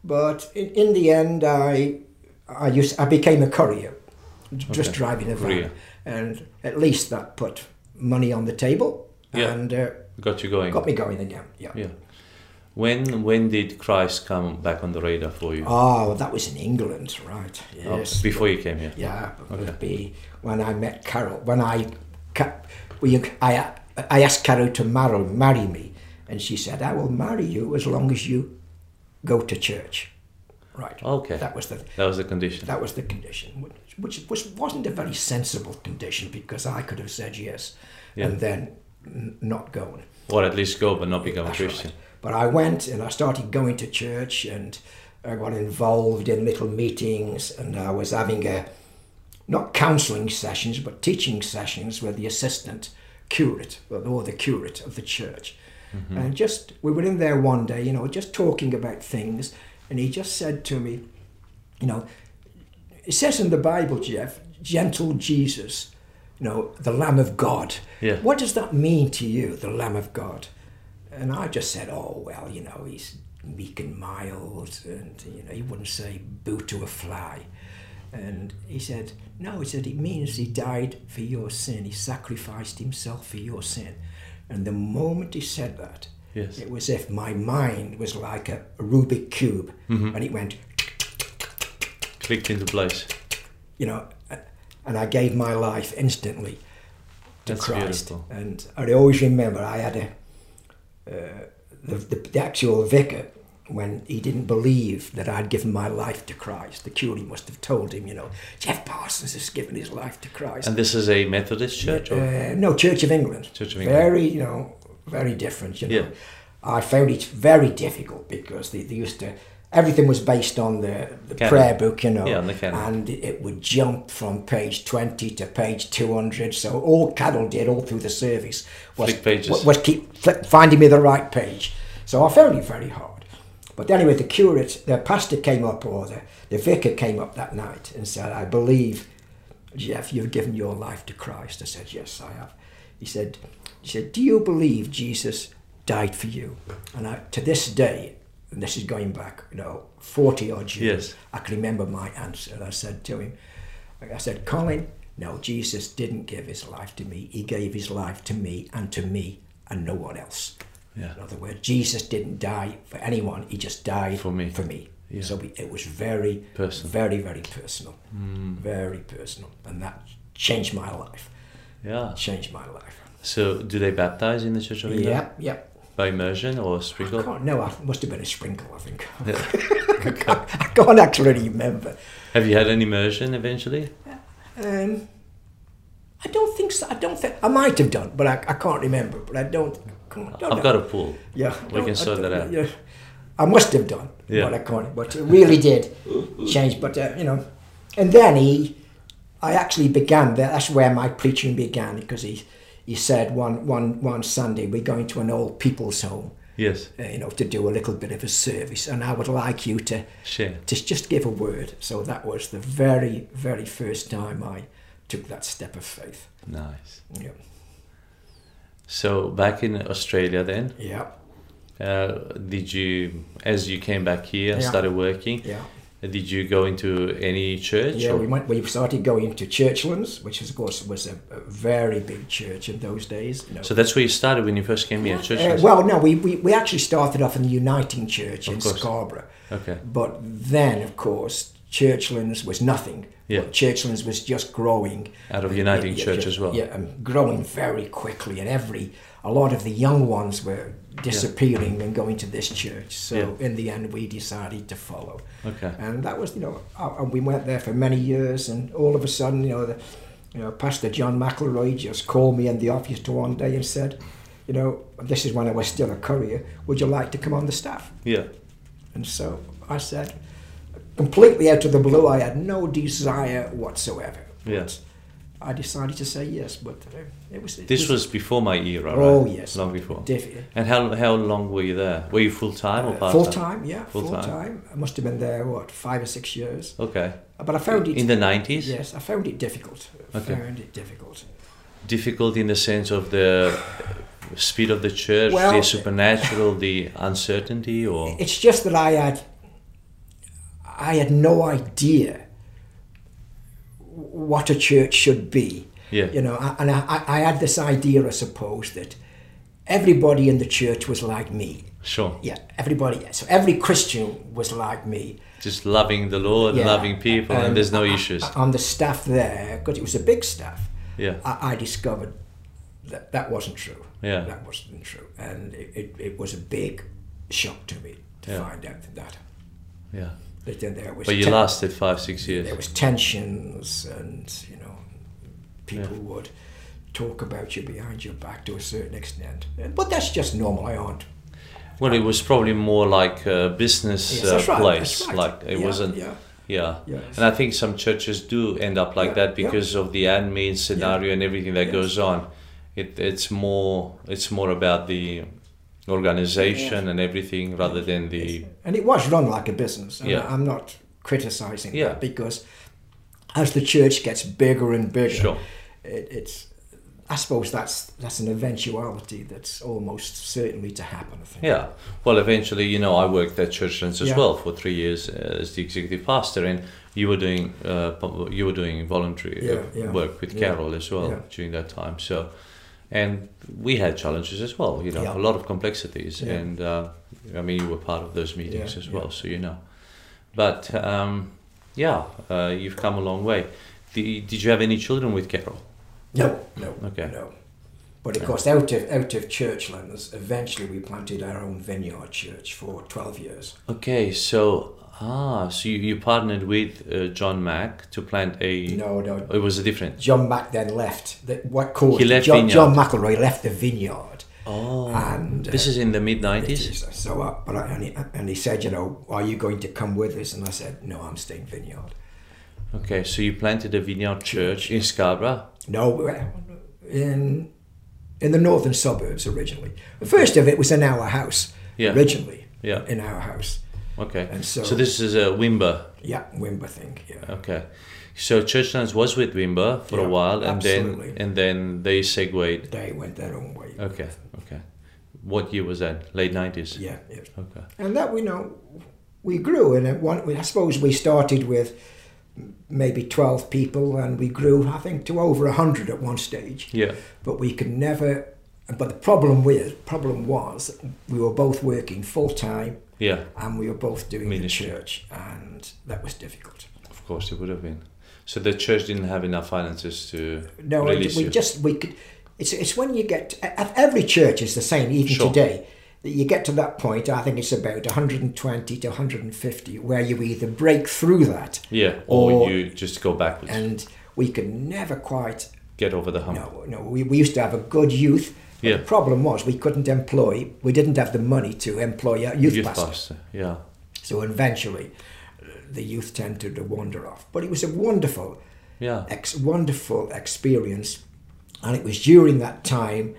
Speaker 3: but in, in the end, I I used I became a courier, just driving a van,
Speaker 2: courier.
Speaker 3: and at least that put money on the table.
Speaker 2: Yeah.
Speaker 3: And uh,
Speaker 2: got you going.
Speaker 3: got me going again. Yeah.
Speaker 2: Yeah. When when did Christ come back on the radar for you?
Speaker 3: Oh, that was in England, right?
Speaker 2: Oh,
Speaker 3: Yes.
Speaker 2: Before you came here.
Speaker 3: yeah, it would be when I met Carol. When I, ca- we, I, I asked Carol to marry, marry me, and she said, "I will marry you as long as you go to church." Right.
Speaker 2: Okay.
Speaker 3: That was the
Speaker 2: That was the condition.
Speaker 3: that was the condition, which- which was wasn't a very sensible condition because I could have said yes, and then n- not going.
Speaker 2: Or at least go but not become a
Speaker 3: That's
Speaker 2: Christian.
Speaker 3: right. But I went and I started going to church and I got involved in little meetings and I was having a not counselling sessions but teaching sessions with the assistant curate or the curate of the church. And just we were in there one day, you know, just talking about things, and he just said to me, you know, it says in the Bible, Jeff, gentle Jesus, you know, the Lamb of God.
Speaker 2: Yeah.
Speaker 3: What does that mean to you, the Lamb of God? And I just said, oh, well, you know, he's meek and mild, and, you know, he wouldn't say boo to a fly. And he said, no, he said, it means he died for your sin, he sacrificed himself for your sin. And the moment he said that,
Speaker 2: Yes.
Speaker 3: it was if my mind was like a Rubik cube, and it went
Speaker 2: Clicked into place.
Speaker 3: you know, and I gave my life instantly to
Speaker 2: That's
Speaker 3: Christ.
Speaker 2: beautiful.
Speaker 3: And I always remember I had a, uh, the, the, the actual vicar, when he didn't believe that I'd given my life to Christ, the curate must have told him, you know, Jeff Parsons has given his life to Christ.
Speaker 2: And this is a Methodist church or
Speaker 3: Uh, no, Church of England.
Speaker 2: Church of England.
Speaker 3: Very, you know, very different. You know,
Speaker 2: Yeah.
Speaker 3: I found it very difficult because they, they used to. Everything was based on the, the
Speaker 2: Canon.
Speaker 3: prayer book, you know,
Speaker 2: Yeah, on the canon.
Speaker 3: and it it would jump from page 20 to page 200. So all Carol did all through the service was,
Speaker 2: Flick pages.
Speaker 3: was- was keep fli- finding me the right page. So I found it very hard. But anyway, the curate, the pastor came up, or the, the vicar came up that night and said, I believe, Jeff, you've given your life to Christ. I said, Yes, I have. He said, he said Do you believe Jesus died for you? And I, to this day, and this is going back, you know, 40 odd years,
Speaker 2: Yes.
Speaker 3: I can remember my answer. And I said to him, I said, Colin, no, Jesus didn't give his life to me. He gave his life to me and to me and no one else.
Speaker 2: Yeah.
Speaker 3: In other words, Jesus didn't die for anyone. He just died
Speaker 2: For me.
Speaker 3: For me. So we, it was very
Speaker 2: Personal. Mm.
Speaker 3: very, very personal, very personal, and that changed my life.
Speaker 2: Yeah.
Speaker 3: Changed my life.
Speaker 2: So do they baptize in the Church of England?
Speaker 3: Yep, yep.
Speaker 2: By immersion or sprinkle?
Speaker 3: God, no, I must have been a sprinkle. I think. I can't actually remember.
Speaker 2: Have you had an immersion eventually?
Speaker 3: Um, I don't think think so. I don't think I might have done, but I, I can't remember. But I don't. I can't, don't
Speaker 2: I've
Speaker 3: know.
Speaker 2: got a pool.
Speaker 3: Yeah,
Speaker 2: We
Speaker 3: no,
Speaker 2: can sort
Speaker 3: don't-
Speaker 2: that out.
Speaker 3: yeah. I must have done
Speaker 2: Yeah.
Speaker 3: what I can't, but it really did change. But uh, you know, and then he, I actually began there. That's where my preaching began because he, he said one one one Sunday we're going to an old people's home,
Speaker 2: Yes.
Speaker 3: uh, you know, to do a little bit of a service, and I would like you to
Speaker 2: Share.
Speaker 3: to just give a word. So that was the very very first time I took that step of faith.
Speaker 2: Nice.
Speaker 3: Yeah,
Speaker 2: So back in Australia then,
Speaker 3: yeah,
Speaker 2: uh, did you, as you came back here and
Speaker 3: Yeah.
Speaker 2: started working,
Speaker 3: yeah.
Speaker 2: did you go into any church?
Speaker 3: Yeah,
Speaker 2: or-
Speaker 3: we went. We started going to Churchlands, which is, of course was a, a very big church in those days. you know.
Speaker 2: So that's where you started when you first came here, church?
Speaker 3: Uh, well, no, we, we, we actually started off in the Uniting Church in
Speaker 2: course.
Speaker 3: Scarborough,
Speaker 2: okay.
Speaker 3: but then of course Churchlands was nothing.
Speaker 2: Yeah.
Speaker 3: But Churchlands was just growing.
Speaker 2: Out of Uniting Church as well.
Speaker 3: Yeah, and growing very quickly, and every a lot of the young ones were disappearing and going to this church. So
Speaker 2: Yeah.
Speaker 3: in the end, we decided to follow.
Speaker 2: Okay.
Speaker 3: And that was, you know, uh, and we went there for many years, and all of a sudden, you know, the, you know, Pastor John McElroy just called me in the office to one day and said, you know, this is when I was still a courier. Would you like to come on the staff?
Speaker 2: Yeah.
Speaker 3: And so I said, completely out of the blue, I had no desire whatsoever.
Speaker 2: Yeah.
Speaker 3: I decided to say yes, but uh, it was. It
Speaker 2: This was before my era,
Speaker 3: Oh
Speaker 2: right?
Speaker 3: yes,
Speaker 2: Long before.
Speaker 3: Definitely.
Speaker 2: And how, how long were you there? Were you full time or part time?
Speaker 3: Uh, Full time, yeah, full
Speaker 2: Full-time.
Speaker 3: time. I must have been there what five or six years,
Speaker 2: Okay.
Speaker 3: but I found it
Speaker 2: In the 90s?
Speaker 3: Yes, I found it difficult. I
Speaker 2: Okay.
Speaker 3: found it difficult.
Speaker 2: difficult in the sense of the speed of the church, the
Speaker 3: Well-
Speaker 2: supernatural, the uncertainty, or
Speaker 3: It's just that I had, I had no idea what a church should be.
Speaker 2: Yeah.
Speaker 3: You know, I- and I, I- I had this idea, I suppose, that everybody in the church was like me.
Speaker 2: sure,
Speaker 3: Yeah, everybody. So every Christian was like me.
Speaker 2: just loving the Lord,
Speaker 3: Yeah. Um, Uh,
Speaker 2: loving people, and there's no issues.
Speaker 3: On the staff there, because it was a big staff,
Speaker 2: Yeah.
Speaker 3: I, I discovered that that wasn't true.
Speaker 2: Yeah.
Speaker 3: That wasn't true. And it, it, it was a big shock to me to
Speaker 2: Yeah.
Speaker 3: find out that.
Speaker 2: yeah,
Speaker 3: That then there was
Speaker 2: but you
Speaker 3: ten-
Speaker 2: lasted five, six
Speaker 3: there
Speaker 2: years.
Speaker 3: was tensions and, you know, people would talk about you behind your back to a certain extent. But that's just normal. I aren't
Speaker 2: Well, it was probably more like a business
Speaker 3: Yes,
Speaker 2: uh,
Speaker 3: that's right,
Speaker 2: place,
Speaker 3: that's right.
Speaker 2: like it
Speaker 3: Yeah,
Speaker 2: wasn't.
Speaker 3: yeah.
Speaker 2: Yeah.
Speaker 3: Yes.
Speaker 2: and I think some churches do end up like
Speaker 3: Yeah,
Speaker 2: that
Speaker 3: yeah.
Speaker 2: because of the admin scenario and everything that
Speaker 3: Yes.
Speaker 2: goes on. It, it's more it's more about the organization and everything rather than the
Speaker 3: and it was run like a business. And
Speaker 2: Yeah.
Speaker 3: I'm not criticizing
Speaker 2: Yeah.
Speaker 3: that because as the church gets bigger and bigger,
Speaker 2: Sure.
Speaker 3: it, it's I suppose that's that's an eventuality that's almost certainly to happen. I think.
Speaker 2: Yeah. Well, eventually, you know, I worked at Churchlands as
Speaker 3: Yeah.
Speaker 2: well for three years as the executive pastor, and you were doing uh, pu- you were doing voluntary uh,
Speaker 3: Yeah, yeah.
Speaker 2: work with
Speaker 3: Yeah.
Speaker 2: Carol as well
Speaker 3: Yeah.
Speaker 2: during that time. So, and we had challenges as well. You know,
Speaker 3: Yeah.
Speaker 2: a lot of complexities,
Speaker 3: Yeah.
Speaker 2: and uh, I mean, you were part of those meetings
Speaker 3: Yeah,
Speaker 2: as
Speaker 3: yeah.
Speaker 2: well, so you know. But um, yeah, uh, you've come a long way. The, did you have any children with Carol?
Speaker 3: No, no,
Speaker 2: Okay.
Speaker 3: no. But of course, out of out of churchlands, eventually we planted our own vineyard church for twelve years.
Speaker 2: Okay, so ah, so you, you partnered with uh, John Mack to plant a.
Speaker 3: No, no.
Speaker 2: It was a different.
Speaker 3: John Mack then left. The, what caused
Speaker 2: He left
Speaker 3: John,
Speaker 2: vineyard.
Speaker 3: John McElroy left the vineyard.
Speaker 2: Oh,
Speaker 3: And, uh,
Speaker 2: this is in the mid nineties.
Speaker 3: Jesus. So, uh, but I, and, he, and he said, you know, are you going to come with us? And I said, no, I'm staying vineyard.
Speaker 2: Okay, so you planted a vineyard church in Scarborough.
Speaker 3: No, well, in in the northern suburbs originally. The first of it was in our house
Speaker 2: Yeah.
Speaker 3: originally.
Speaker 2: Yeah.
Speaker 3: In our house.
Speaker 2: Okay,
Speaker 3: And
Speaker 2: so,
Speaker 3: so-
Speaker 2: this is a Wimber.
Speaker 3: Yeah, Wimber thing. Yeah.
Speaker 2: Okay, so Churchlands was with Wimber for a
Speaker 3: Yeah,
Speaker 2: while, and then
Speaker 3: absolutely.
Speaker 2: and then they segued.
Speaker 3: They went their own way.
Speaker 2: Okay, okay. What year was that? Late nineties.
Speaker 3: Yeah, yeah.
Speaker 2: Okay.
Speaker 3: And that we know we grew and at one I suppose we started with maybe 12 people and we grew I think to over 100 at one stage.
Speaker 2: Yeah.
Speaker 3: but we could never. But the problem with problem was we were both working full time
Speaker 2: Yeah.
Speaker 3: and we were both doing
Speaker 2: Ministry.
Speaker 3: the church, and that was difficult.
Speaker 2: Of course, it would have been. So the church didn't have enough finances to
Speaker 3: No,
Speaker 2: release
Speaker 3: we
Speaker 2: you.
Speaker 3: just we could. It's it's when you get at every church is the same even
Speaker 2: Sure.
Speaker 3: today. That you get to that point, I think it's about 120 to 150, where you either break through that,
Speaker 2: yeah, or,
Speaker 3: or-
Speaker 2: you just go backwards.
Speaker 3: and we could never quite
Speaker 2: get over the hump.
Speaker 3: No, no. We, we used to have a good youth. but
Speaker 2: Yeah.
Speaker 3: The problem was we couldn't employ. We didn't have the money to employ a youth,
Speaker 2: Youth
Speaker 3: pastor.
Speaker 2: pastor, yeah.
Speaker 3: So eventually, uh, the youth tended to wander off. But it was a wonderful,
Speaker 2: Yeah.
Speaker 3: ex- wonderful experience, and it was during that time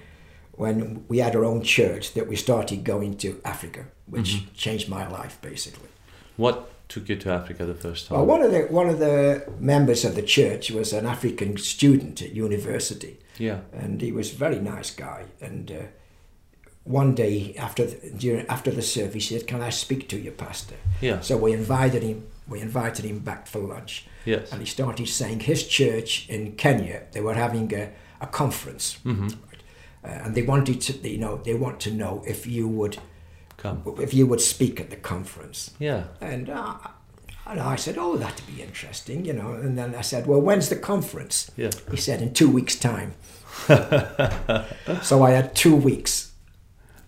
Speaker 3: when we had our own church that we started going to Africa, which
Speaker 2: Mm-hmm.
Speaker 3: changed my life basically.
Speaker 2: What took you to Africa the first time?
Speaker 3: Well, one of the one of the members of the church was an African student at university,
Speaker 2: Yeah.
Speaker 3: and he was a very nice guy. And uh, one day after the, during, after the service, he said, "Can I speak to you, pastor?"
Speaker 2: Yeah.
Speaker 3: So we invited him. We invited him back for lunch,
Speaker 2: Yes.
Speaker 3: and he started saying his church in Kenya they were having a, a conference,
Speaker 2: Mm-hmm.
Speaker 3: right? Uh, and they wanted to you know they want to know if you would
Speaker 2: Come.
Speaker 3: if you would speak at the conference.
Speaker 2: Yeah.
Speaker 3: And, uh, and I said, oh, that'd be interesting, you know. And then I said, well, when's the conference?
Speaker 2: Yeah.
Speaker 3: He said, in two weeks' time. so I had two weeks.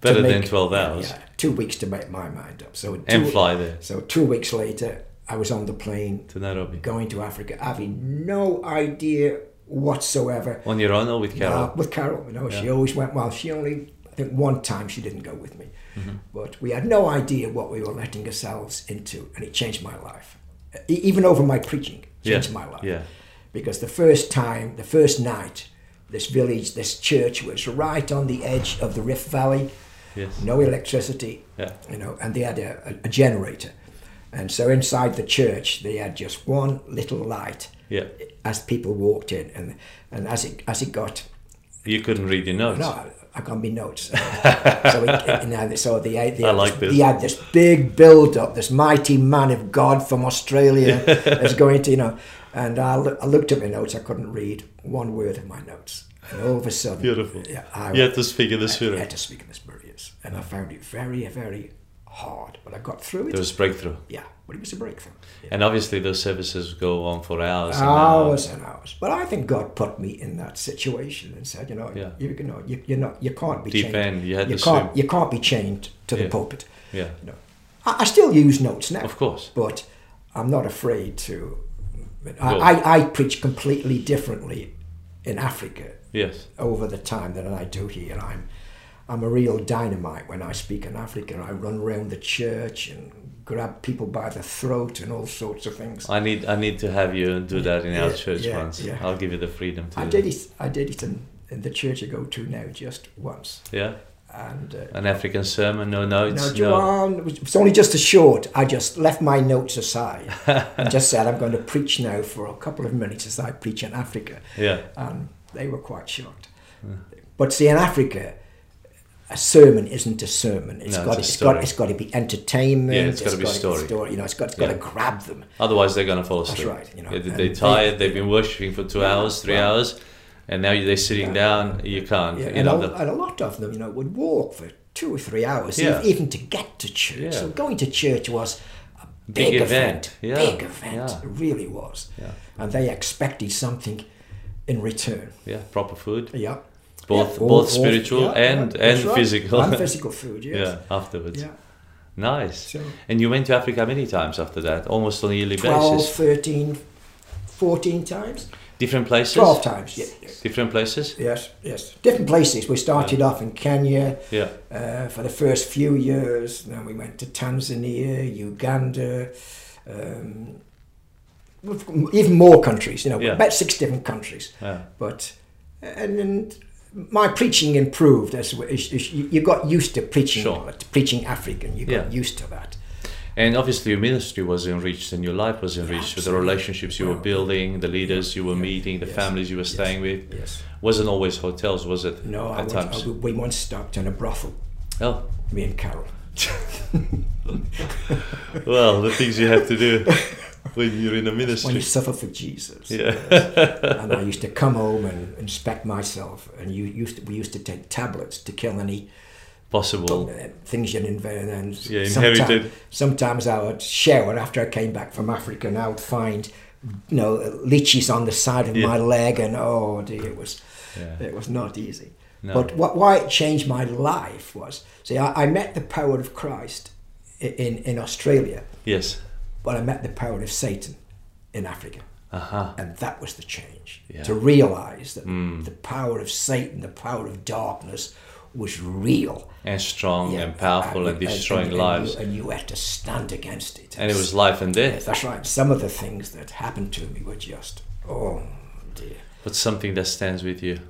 Speaker 3: to
Speaker 2: Better than
Speaker 3: make-
Speaker 2: 12 hours.
Speaker 3: Yeah, two weeks to make my mind up. So two,
Speaker 2: And fly there
Speaker 3: So two weeks later, I was on the plane
Speaker 2: to Nairobi.
Speaker 3: going to Africa, having no idea whatsoever.
Speaker 2: On your own or with Carol?
Speaker 3: Uh, with Carol, you know, she always went. Well, she only, I think, one time she didn't go with me,
Speaker 2: Mm-hmm.
Speaker 3: but we had no idea what we were letting ourselves into, and it changed my life. E- even over my preaching, changed
Speaker 2: Yeah,
Speaker 3: my life.
Speaker 2: yeah.
Speaker 3: Because the first time, the first night, this village, this church was right on the edge of the Rift Valley.
Speaker 2: Yes.
Speaker 3: No electricity.
Speaker 2: Yeah.
Speaker 3: You know, and they had a, a, a generator, and so inside the church they had just one little light.
Speaker 2: Yeah.
Speaker 3: As people walked in, and and as it as it got
Speaker 2: You couldn't read your notes.
Speaker 3: no, I, I got me notes. so, we, now, they- so they, they,
Speaker 2: I like this.
Speaker 3: he had this big build up, this mighty man of God from Australia is going to, you know. And I, loo- I looked at my notes, I couldn't read one word of my notes. And all of a sudden,
Speaker 2: Beautiful.
Speaker 3: Yeah, I,
Speaker 2: you had to speak in the
Speaker 3: I had
Speaker 2: spirit.
Speaker 3: to speak in this barriers. And I found it very, very hard. But I got through it.
Speaker 2: There was breakthrough.
Speaker 3: yeah, but it was a breakthrough.
Speaker 2: And obviously those services go on for hours and hours.
Speaker 3: hours and hours. But I think God put me in that situation and said, you know,
Speaker 2: Yeah.
Speaker 3: you, you know, you, you're not, you can't be
Speaker 2: Deep
Speaker 3: chained.
Speaker 2: end, you had to
Speaker 3: can't,
Speaker 2: swim.
Speaker 3: you can't be chained to the
Speaker 2: Yeah.
Speaker 3: pulpit.
Speaker 2: Yeah.
Speaker 3: You know, I, I still use notes now,
Speaker 2: Of course.
Speaker 3: but I'm not afraid to. I,
Speaker 2: Go.
Speaker 3: I, I preach completely differently in Africa
Speaker 2: Yes.
Speaker 3: over the time than I do here. I'm, I'm a real dynamite when I speak in Africa. I run around the church and grab people by the throat and all sorts of things.
Speaker 2: I need I need to have you do that in our
Speaker 3: Yeah,
Speaker 2: church
Speaker 3: yeah,
Speaker 2: once.
Speaker 3: yeah.
Speaker 2: I'll give you the freedom to
Speaker 3: I
Speaker 2: do
Speaker 3: did it. I did it in, in the church I go to now just once,
Speaker 2: that. Yeah.
Speaker 3: and uh,
Speaker 2: An African sermon, no notes,
Speaker 3: now
Speaker 2: no.
Speaker 3: Joanne, it was- it's only just a short. I just left my notes aside and just said I'm going to preach now for a couple of minutes as I preach in Africa.
Speaker 2: Yeah.
Speaker 3: Um, they were quite shocked. But see, in Africa, a sermon isn't a sermon. It's
Speaker 2: No,
Speaker 3: got
Speaker 2: it's a
Speaker 3: it's got
Speaker 2: story.
Speaker 3: it's got to be entertainment.
Speaker 2: Yeah, it's gotta be story.
Speaker 3: You know, it's got, it's got to
Speaker 2: Yeah.
Speaker 3: grab them.
Speaker 2: Otherwise, they're going to fall asleep.
Speaker 3: right, you know,
Speaker 2: Yeah, they-
Speaker 3: and
Speaker 2: they're
Speaker 3: they-
Speaker 2: tired. They've been worshiping for two
Speaker 3: Yeah,
Speaker 2: hours, three
Speaker 3: well-
Speaker 2: hours, and now they're sitting down. You can't.
Speaker 3: Yeah,
Speaker 2: you
Speaker 3: and,
Speaker 2: know,
Speaker 3: a,
Speaker 2: the-
Speaker 3: and a lot of them, you know, would walk for two or three hours,
Speaker 2: Yeah.
Speaker 3: ev- even to get to church.
Speaker 2: Yeah.
Speaker 3: So going to church was a
Speaker 2: Big
Speaker 3: big,
Speaker 2: event.
Speaker 3: event,
Speaker 2: Yeah,
Speaker 3: big event.
Speaker 2: yeah.
Speaker 3: It really was.
Speaker 2: Yeah.
Speaker 3: And they expected something in return.
Speaker 2: yeah, proper food,
Speaker 3: Yeah.
Speaker 2: both
Speaker 3: All-
Speaker 2: both
Speaker 3: all-
Speaker 2: spiritual
Speaker 3: yeah,
Speaker 2: and
Speaker 3: yeah, that's
Speaker 2: and
Speaker 3: right.
Speaker 2: physical.
Speaker 3: And physical food. Yes.
Speaker 2: yeah, afterwards.
Speaker 3: Yeah.
Speaker 2: Nice.
Speaker 3: So-
Speaker 2: and you went to Africa many times after that, almost on a yearly
Speaker 3: 12,
Speaker 2: basis.
Speaker 3: 13, 14 times?
Speaker 2: Different places.
Speaker 3: 12 times, yeah. yeah.
Speaker 2: Different places.
Speaker 3: Yes, yes. Different places. We started off in Kenya,
Speaker 2: Yeah.
Speaker 3: uh, for the first few years. Then we went to Tanzania, Uganda, um, we've got even more countries. You know,
Speaker 2: Yeah.
Speaker 3: about six different countries.
Speaker 2: Yeah.
Speaker 3: But and, and my preaching improved as, we- as, as you you got used to preaching,
Speaker 2: Sure.
Speaker 3: to preaching African. You got
Speaker 2: Yeah.
Speaker 3: used to that.
Speaker 2: And obviously, your ministry was enriched and your life was enriched with the relationships you were building, the leaders you were meeting, the
Speaker 3: Yes.
Speaker 2: families you were staying with.
Speaker 3: Yes.
Speaker 2: Wasn't always hotels, was it?
Speaker 3: No, I
Speaker 2: at
Speaker 3: once,
Speaker 2: times.
Speaker 3: I, we once stopped in a brothel.
Speaker 2: Oh,
Speaker 3: Me and Carol.
Speaker 2: well, the things you have to do when you're in a
Speaker 3: When you
Speaker 2: ministry.
Speaker 3: suffer for Jesus.
Speaker 2: Yeah.
Speaker 3: and I used to come home and inspect myself. And you used to, we used to take tablets to kill any
Speaker 2: Possible.
Speaker 3: uh, things you'd invent. And
Speaker 2: Yeah,
Speaker 3: sometime-
Speaker 2: inherited.
Speaker 3: sometimes I would shower after I came back from Africa, and I would find, you know, leeches on the side of
Speaker 2: Yeah.
Speaker 3: my leg, and oh dear, it was,
Speaker 2: Yeah.
Speaker 3: it was not easy.
Speaker 2: No.
Speaker 3: But what, why it changed my life was, see, I, I met the power of Christ i- in, in Australia,
Speaker 2: Yes.
Speaker 3: but I met the power of Satan in Africa.
Speaker 2: Uh-huh.
Speaker 3: And that was the change.
Speaker 2: Yeah. Hmm.
Speaker 3: To realize that the power of Satan, the power of darkness, was real.
Speaker 2: And strong and
Speaker 3: Yeah,
Speaker 2: powerful and destroying
Speaker 3: and- and you-
Speaker 2: lives.
Speaker 3: And you had to stand against it.
Speaker 2: And it was life and death.
Speaker 3: That's right. Some of the things that happened to me were just, oh dear.
Speaker 2: But something that stands with you.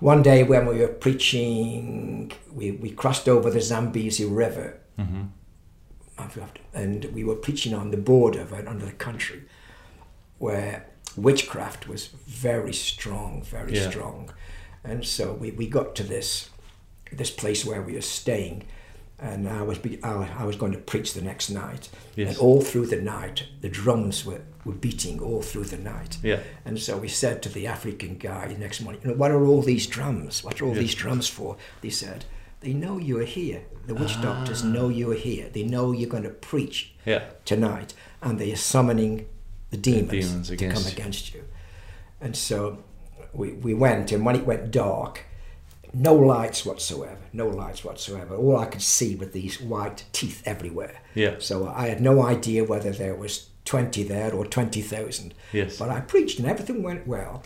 Speaker 3: One day when we were preaching, we, we crossed over the Zambezi River.
Speaker 2: Mm-hmm.
Speaker 3: And we were preaching on the border of another country where witchcraft was very strong, very
Speaker 2: Yeah.
Speaker 3: strong. And so we, we got to this this place where we were staying. And I was be, I, I was going to preach the next night.
Speaker 2: Yes.
Speaker 3: And all through the night, the drums were, were beating all through the night.
Speaker 2: Yeah.
Speaker 3: And so we said to the African guy the next morning, you know, what are all these drums? What are all these drums for? They said, they know you are here. The witch doctors know you are here. They know you're going to preach
Speaker 2: Ah. Yeah.
Speaker 3: tonight. And they are summoning the demons,
Speaker 2: demons
Speaker 3: to
Speaker 2: against
Speaker 3: come
Speaker 2: you.
Speaker 3: against you. And so we, we went, and when it went dark, no lights whatsoever, no lights whatsoever. All I could see were these white teeth everywhere.
Speaker 2: Yeah.
Speaker 3: So I had no idea whether there was 20 there or 20,000.
Speaker 2: Yes.
Speaker 3: But I preached and everything went well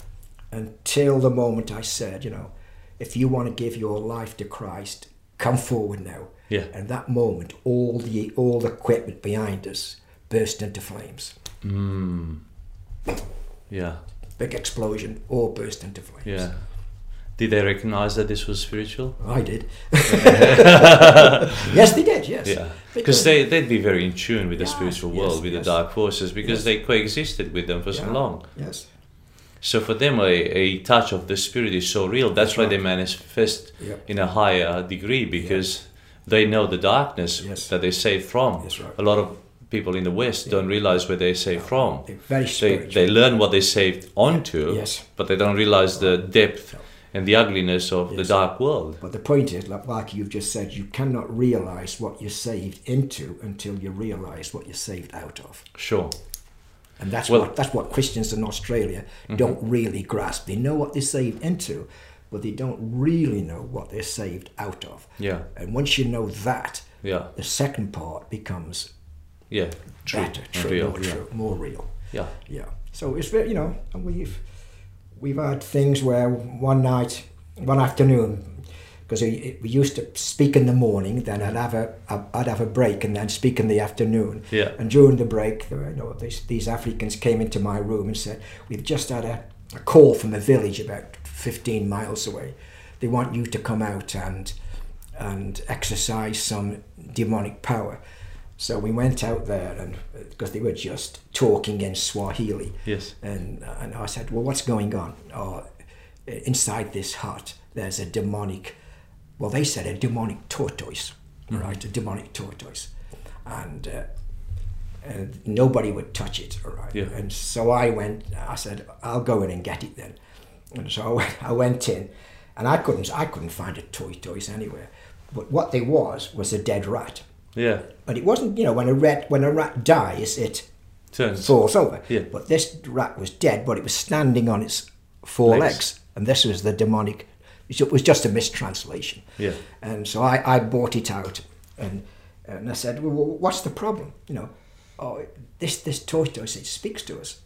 Speaker 3: until the moment I said, you know, if you want to give your life to Christ, come forward now.
Speaker 2: Yeah.
Speaker 3: And that moment, all the all the equipment behind us burst into flames.
Speaker 2: Yeah.
Speaker 3: Big explosion, all burst into flames.
Speaker 2: Yeah. Did they recognize that this was spiritual?
Speaker 3: I did. yes, they did. Yes.
Speaker 2: Yeah, because they they'd be very in tune with the
Speaker 3: Yeah,
Speaker 2: spiritual
Speaker 3: yes,
Speaker 2: world, with
Speaker 3: yes.
Speaker 2: the dark forces, because
Speaker 3: Yes.
Speaker 2: they coexisted with them for so
Speaker 3: Yeah,
Speaker 2: long.
Speaker 3: Yes.
Speaker 2: So for them, a, a touch of the spirit is so real. That's why they manifest
Speaker 3: Yeah.
Speaker 2: in a higher degree because they know the darkness
Speaker 3: Yes.
Speaker 2: that they save from.
Speaker 3: That's right.
Speaker 2: A lot of people in the West don't realize where they save from.
Speaker 3: They're very
Speaker 2: They,
Speaker 3: spiritual.
Speaker 2: they learn what they saved onto,
Speaker 3: Yes.
Speaker 2: but they don't realize the depth
Speaker 3: No.
Speaker 2: and the ugliness of the
Speaker 3: Yes.
Speaker 2: dark world.
Speaker 3: But the point is, like, like you've just said, you cannot realise what you're saved into until you realise what you're saved out of.
Speaker 2: Sure.
Speaker 3: And that's
Speaker 2: Well- Mm-hmm.
Speaker 3: what that's what Christians in Australia don't really grasp. They know what they're saved into, but they don't really know what they're saved out of.
Speaker 2: Yeah.
Speaker 3: And once you know that,
Speaker 2: Yeah.
Speaker 3: the second part becomes
Speaker 2: Yeah. True.
Speaker 3: better, true,
Speaker 2: Real.
Speaker 3: more
Speaker 2: Yeah.
Speaker 3: true, more real.
Speaker 2: Yeah.
Speaker 3: Yeah. So it's very, you know, and we've we've had things where one night, one afternoon, because we, we used to speak in the morning, then I'd have a I'd have a break and then speak in the afternoon.
Speaker 2: Yeah.
Speaker 3: And during the break, there were, you know, these these Africans came into my room and said, "We've just had a, a call from a village about 15 miles away. They want you to come out and." and exercise some demonic power. So we went out there, and because they were just talking in Swahili,
Speaker 2: Yes.
Speaker 3: and uh, and I said, "Well, what's going on?" Or inside this hut, there's a demonic. Well, they said a demonic tortoise, right? A demonic tortoise, and. Uh, and nobody would touch it, all right?
Speaker 2: Yeah.
Speaker 3: And so I went, I said, I'll go in and get it then. And so I went, I went in, and I couldn't, I couldn't find a toy toys anywhere. But what there was was a dead rat.
Speaker 2: Yeah.
Speaker 3: But it wasn't, you know, when a rat when a rat dies, it
Speaker 2: Turns.
Speaker 3: falls over.
Speaker 2: Yeah.
Speaker 3: But this rat was dead, but it was standing on its four
Speaker 2: Legs.
Speaker 3: legs. And this was the demonic, it was just a mistranslation.
Speaker 2: Yeah.
Speaker 3: And so I, I bought it out and, and I said, well, what's the problem? You know, oh, this, this tortoise, it speaks to us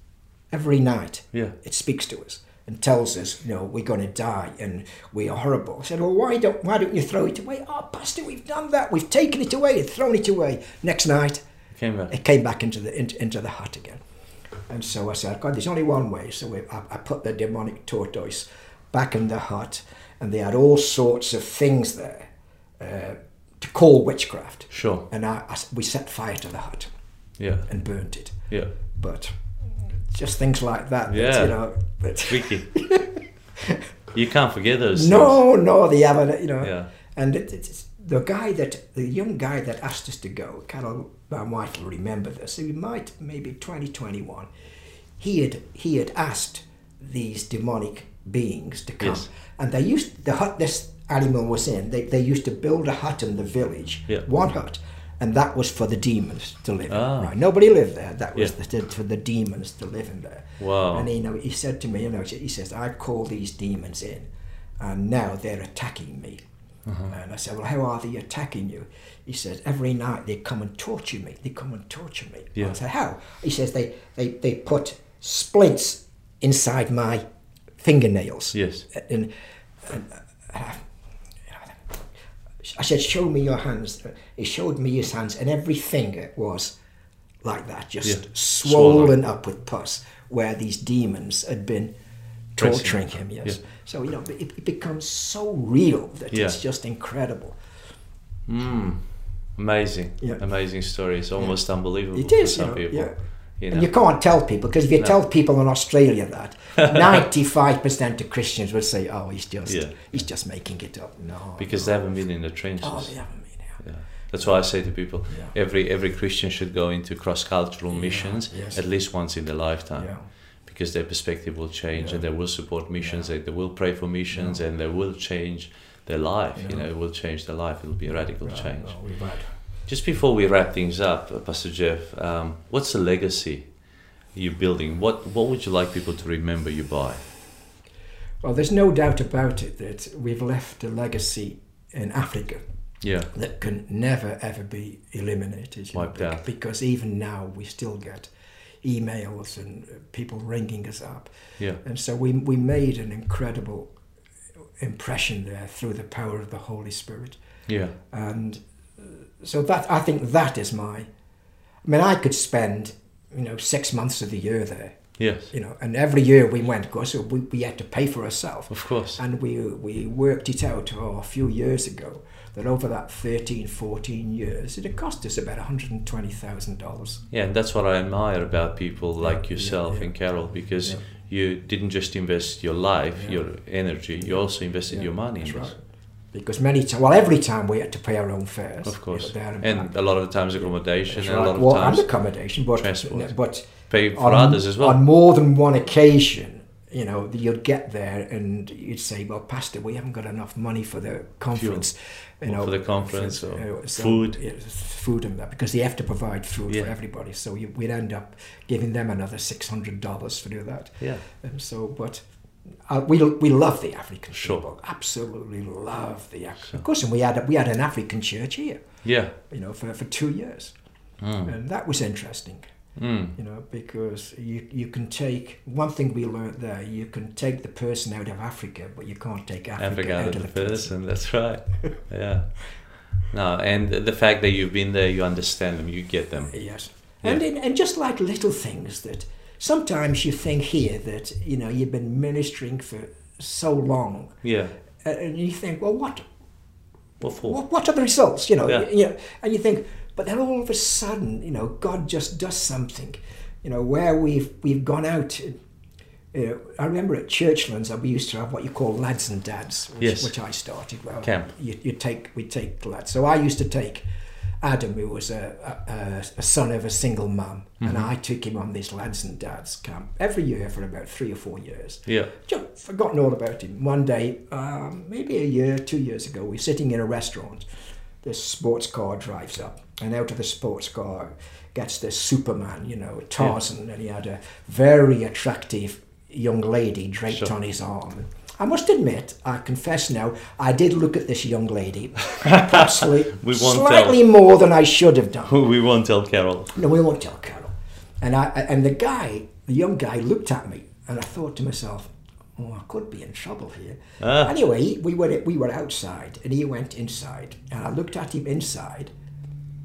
Speaker 3: every night.
Speaker 2: Yeah.
Speaker 3: It speaks to us and tells us, you know, we're going to die and we are horrible. I said, well, why don't, why don't you throw it away? Oh, pastor, we've done that. We've taken it away and thrown it away. Next night,
Speaker 2: Came back.
Speaker 3: it came back into the into, into the hut again. And so I said, God, there's only one way. So we, I, I put the demonic tortoise back in the hut, and they had all sorts of things there uh, to call witchcraft.
Speaker 2: Sure.
Speaker 3: And I, I s- we set fire to the hut
Speaker 2: Yeah.
Speaker 3: and burnt it.
Speaker 2: Yeah.
Speaker 3: But just things like that.
Speaker 2: Yeah.
Speaker 3: That, you know. That,
Speaker 2: Tricky. you can't forget those. things.
Speaker 3: no, no, they haven't. You know.
Speaker 2: Yeah.
Speaker 3: And it, it's it's- the guy that the young guy that asked us to go, Carol, my wife will remember this. He might maybe twenty twenty one. He had he had asked these demonic beings to come,
Speaker 2: Yes.
Speaker 3: and they used the hut this animal was in. They they used to build a hut in the village,
Speaker 2: Yeah.
Speaker 3: one hut. And that was for the demons to live in.
Speaker 2: Ah.
Speaker 3: Right. Nobody lived there. That was
Speaker 2: Yeah.
Speaker 3: the, for the demons to live in there.
Speaker 2: Wow.
Speaker 3: And he, you know, he said to me, you know, he says, I call these demons in, and now they're attacking me.
Speaker 2: Uh-huh.
Speaker 3: And I said, Well, how are they attacking you? He says, Every night they come and torture me. They come and torture me.
Speaker 2: Yeah.
Speaker 3: I said, How? He says, they, they, they put splints inside my fingernails.
Speaker 2: Yes.
Speaker 3: And, and, uh, I said, Show me your hands. He showed me his hands, and every finger was like that, just
Speaker 2: Yeah.
Speaker 3: swollen,
Speaker 2: Swollen.
Speaker 3: up with pus, where these demons had been
Speaker 2: Pressing.
Speaker 3: torturing him. Yes.
Speaker 2: Yeah.
Speaker 3: So, you know, it, it becomes so real that
Speaker 2: Yeah.
Speaker 3: it's just incredible.
Speaker 2: Amazing.
Speaker 3: Yeah.
Speaker 2: Amazing story. It's almost unbelievable
Speaker 3: It is,
Speaker 2: for
Speaker 3: you
Speaker 2: some
Speaker 3: know,
Speaker 2: people.
Speaker 3: yeah.
Speaker 2: You know?
Speaker 3: And you can't tell people because if you tell people in Australia that, ninety-five percent of Christians would say, "Oh, he's just
Speaker 2: Yeah.
Speaker 3: he's just making it up." No,
Speaker 2: because they haven't been in the trenches.
Speaker 3: no, they haven't been here.
Speaker 2: Yeah. That's why I say to people,
Speaker 3: Yeah.
Speaker 2: every every Christian should go into cross-cultural missions
Speaker 3: yes.
Speaker 2: at least once in their lifetime,
Speaker 3: Yeah.
Speaker 2: because their perspective will change and they will support missions, they, they will pray for missions, and they will change their life. You know, it will change their life. It'll be a radical change.
Speaker 3: No, we've had-
Speaker 2: Just before we wrap things up, uh, Pastor Jeff, um, what's the legacy you're building? What what would you like people to remember you by?
Speaker 3: Well, there's no doubt about it that we've left a legacy in Africa
Speaker 2: Yeah,
Speaker 3: that can never ever be eliminated. you
Speaker 2: Wiped
Speaker 3: bec-
Speaker 2: out.
Speaker 3: Because even now we still get emails and uh, people ringing us up.
Speaker 2: yeah,
Speaker 3: And so we, we made an incredible impression there through the power of the Holy Spirit.
Speaker 2: yeah,
Speaker 3: And uh, so that I think that is my. I mean, I could spend you know six months of the year there,
Speaker 2: yes,
Speaker 3: you know, and every year we went. Of course, we, we had to pay for ourselves,
Speaker 2: of course,
Speaker 3: and we we worked it out oh, a few years ago that over that 13, 14 years, it had cost us about one hundred and twenty thousand dollars.
Speaker 2: yeah. And that's what I admire about people like
Speaker 3: yeah,
Speaker 2: yourself
Speaker 3: yeah.
Speaker 2: and Carol because
Speaker 3: Yeah.
Speaker 2: you didn't just invest your life, your energy, you also invested your money in
Speaker 3: That's
Speaker 2: this.
Speaker 3: right. Because many times, well, every time we had to pay our own fares.
Speaker 2: Of course,
Speaker 3: you know, there and,
Speaker 2: and
Speaker 3: back.
Speaker 2: a lot of times accommodation,
Speaker 3: That's
Speaker 2: and a
Speaker 3: right.
Speaker 2: lot of
Speaker 3: well,
Speaker 2: times
Speaker 3: and accommodation, but
Speaker 2: transport.
Speaker 3: but
Speaker 2: pay for others as well.
Speaker 3: on more than one occasion, you know, you'd get there and you'd say, "Well, Pastor, we haven't got enough money for the conference, you
Speaker 2: Or
Speaker 3: know,
Speaker 2: for the conference
Speaker 3: for-
Speaker 2: or
Speaker 3: so,
Speaker 2: food.
Speaker 3: yeah, food and that, because they have to provide food for
Speaker 2: Yeah.
Speaker 3: everybody. So you, we'd end up giving them another six hundred dollars to do that.
Speaker 2: Yeah.
Speaker 3: Um, so, but uh, we we love the African
Speaker 2: Sure.
Speaker 3: people, absolutely love the African. Of course, and we had a, we had an African church here
Speaker 2: yeah, Mm.
Speaker 3: you know, for, for two years.
Speaker 2: Hmm.
Speaker 3: And that was interesting, you know, because you, you can take one thing we learnt there you can take the person out of Africa, but you can't take Africa,
Speaker 2: Africa
Speaker 3: out,
Speaker 2: out
Speaker 3: of the
Speaker 2: person.
Speaker 3: person.
Speaker 2: That's right. Yeah. No, and the fact that you've been there, you understand them, you get them.
Speaker 3: Yes.
Speaker 2: Yeah.
Speaker 3: And, in, and just like little things that sometimes you think here that, you know, you've been ministering for so long,
Speaker 2: Yeah.
Speaker 3: uh, and you think, well, what,
Speaker 2: What for?
Speaker 3: what, what are the results? You know,
Speaker 2: Yeah.
Speaker 3: y- you, know, and you think, but then all of a sudden, you know, God just does something. You know, where we've we've gone out. You know, I remember at Churchlands, uh, we used to have what you call lads and dads, which,
Speaker 2: Yes.
Speaker 3: which I started. Well,
Speaker 2: Camp.
Speaker 3: You, you take we take the lads. So I used to take Adam, who was a, a, a- a son of a single mum, and
Speaker 2: Mm-hmm.
Speaker 3: I took him on this lads and dads camp every year for about three or four years
Speaker 2: Yeah.
Speaker 3: just forgotten all about him. One day, um, maybe a year, two years ago, we're sitting in a restaurant. This sports car drives up, and out of the sports car gets this Superman, you know, Tarzan, and he had a very attractive young lady draped
Speaker 2: Sure.
Speaker 3: on his arm. I must admit, I confess now, I did look at this young lady, possibly
Speaker 2: We won't tell.
Speaker 3: slightly more than I should have done.
Speaker 2: We won't tell Carol.
Speaker 3: No, we won't tell Carol. And I and the guy, the young guy, looked at me, and I thought to myself, "Oh, I could be in trouble here."
Speaker 2: Ah.
Speaker 3: Anyway, we were we were outside, and he went inside, and I looked at him inside,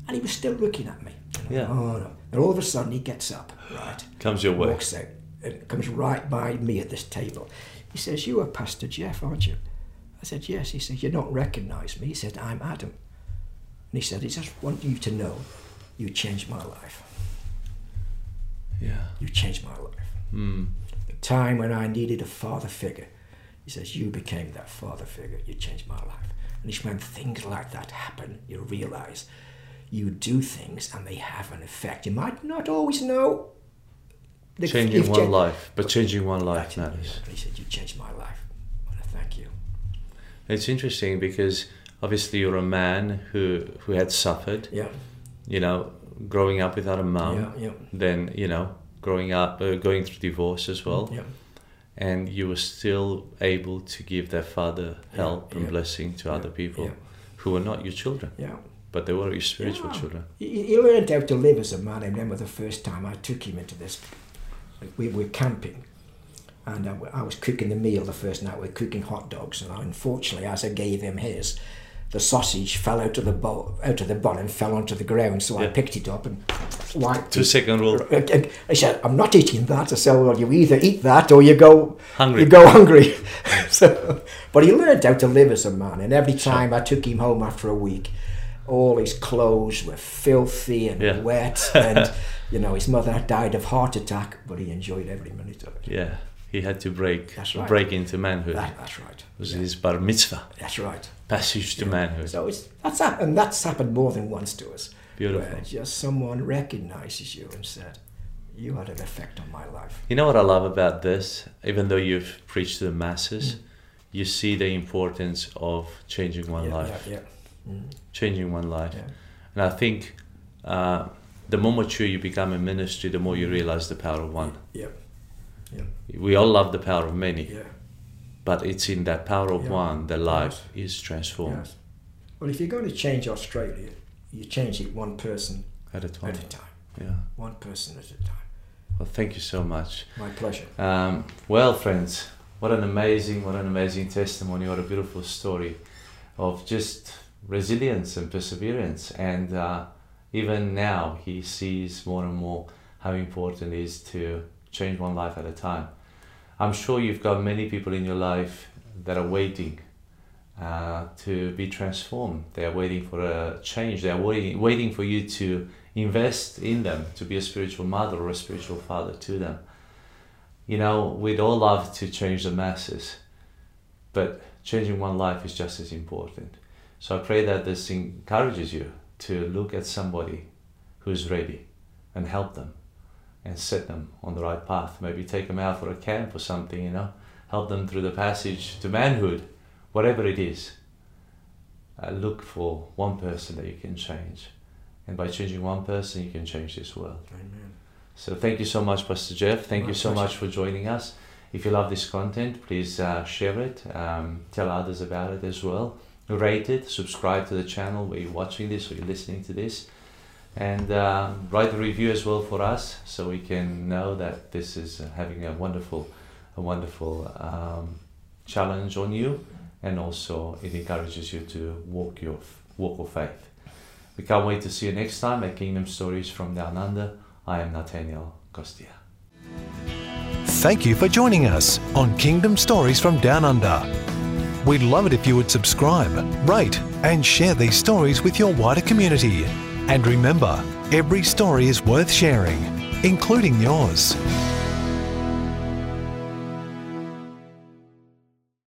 Speaker 3: and he was still looking at me.
Speaker 2: Yeah.
Speaker 3: Oh no! And all of a sudden, he gets up, right,
Speaker 2: Comes your way.
Speaker 3: walks out, and comes right by me at this table. He says, "You are Pastor Jeff, aren't you?" I said, "Yes." He said, "You don't recognise me." He said, "I'm Adam." And he said, "I just want you to know, you changed my life."
Speaker 2: Yeah.
Speaker 3: You changed my life.
Speaker 2: Hmm.
Speaker 3: The time when I needed a father figure, he says, You became that father figure. You changed my life. And it's when things like that happen, you realize you do things and they have an effect. You might not always know. The
Speaker 2: Changing
Speaker 3: you've
Speaker 2: one
Speaker 3: cha-
Speaker 2: life, but changing one life
Speaker 3: Yeah,
Speaker 2: matters.
Speaker 3: He said, You changed my life. I want to thank you.
Speaker 2: It's interesting because obviously you're a man who who had suffered.
Speaker 3: Yeah.
Speaker 2: You know, growing up without a mum.
Speaker 3: Yeah, yeah.
Speaker 2: Then you know, growing up, uh, going through divorce as well.
Speaker 3: Yeah.
Speaker 2: and you were still able to give their father help
Speaker 3: Yeah,
Speaker 2: and
Speaker 3: yeah,
Speaker 2: blessing to other people
Speaker 3: yeah.
Speaker 2: who were not your children,
Speaker 3: Yeah.
Speaker 2: but they were your spiritual
Speaker 3: Yeah.
Speaker 2: children.
Speaker 3: He, he learned how to live as a man. I remember the first time I took him into this. We were camping, and I, wa- I was cooking the meal the first night. We were cooking hot dogs, and unfortunately, as I gave him his, the sausage fell out of the bowl, out of the bun, and fell onto the ground. So I
Speaker 2: Yeah.
Speaker 3: picked it up and wiped.
Speaker 2: Two
Speaker 3: it.
Speaker 2: second rule.
Speaker 3: And- and I said, "I'm not eating that." I said, "Well, you either eat that or you go
Speaker 2: Hungry.
Speaker 3: You go hungry." so, but he learned how to live as a man. And every time I took him home after a week, all his clothes were filthy and
Speaker 2: Yeah.
Speaker 3: wet, and you know his mother had died of heart attack, but he enjoyed every minute of it.
Speaker 2: Yeah, he had to break
Speaker 3: That's right.
Speaker 2: break into manhood. It
Speaker 3: That, that's right.
Speaker 2: was his bar mitzvah,
Speaker 3: That's right.
Speaker 2: passage to manhood.
Speaker 3: So it's that's hap- and that's happened more than once to us.
Speaker 2: Beautiful.
Speaker 3: Where just someone recognizes you and said, "You had an effect on my life."
Speaker 2: You know what I love about this? Even though you've preached to the masses,
Speaker 3: Mm.
Speaker 2: you see the importance of changing one
Speaker 3: yeah,
Speaker 2: life.
Speaker 3: Yeah, yeah.
Speaker 2: Changing one life.
Speaker 3: Yeah.
Speaker 2: And I think uh, the more mature you become in ministry, the more you realize the power of one.
Speaker 3: Yeah. Yeah.
Speaker 2: We all love the power of many,
Speaker 3: Yeah.
Speaker 2: but it's in that power of
Speaker 3: Yeah.
Speaker 2: one that life is transformed
Speaker 3: Yes. Well, if you're going to change Australia, you change it one person
Speaker 2: at a time.
Speaker 3: at a time.
Speaker 2: Yeah.
Speaker 3: One person at a time.
Speaker 2: Well, thank you so much.
Speaker 3: My pleasure.
Speaker 2: Um, well, friends, what an amazing, what an amazing testimony! What a beautiful story of just resilience and perseverance. And uh, even now, he sees more and more how important it is to change one life at a time. I'm sure you've got many people in your life that are waiting uh, to be transformed. They are waiting for a change. They are waiting, waiting for you to invest in them, to be a spiritual mother or a spiritual father to them. You know, we'd all love to change the masses, but changing one life is just as important. So I pray that this encourages you to look at somebody who's ready and help them and set them on the right path. Maybe take them out for a camp or something, you know, help them through the passage to manhood, whatever it is. Uh, look for one person that you can change. And by changing one person, you can change this world.
Speaker 3: Amen.
Speaker 2: So thank you so much, Pastor Jeff. Thank
Speaker 3: My
Speaker 2: you so
Speaker 3: pleasure.
Speaker 2: much for joining us. If you love this content, please uh, share it. Um, tell others about it as well. Rate it. Subscribe to the channel where you're watching this or you're listening to this. And uh, write a review as well for us so we can know that this is uh, having a wonderful, a wonderful um, challenge on you. And also it encourages you to walk your walk of faith. We can't wait to see you next time at Kingdom Stories from Down Under. I am Nathaniel Costia.
Speaker 1: Thank you for joining us on Kingdom Stories from Down Under. We'd love it if you would subscribe, rate, and share these stories with your wider community. And remember, every story is worth sharing, including yours.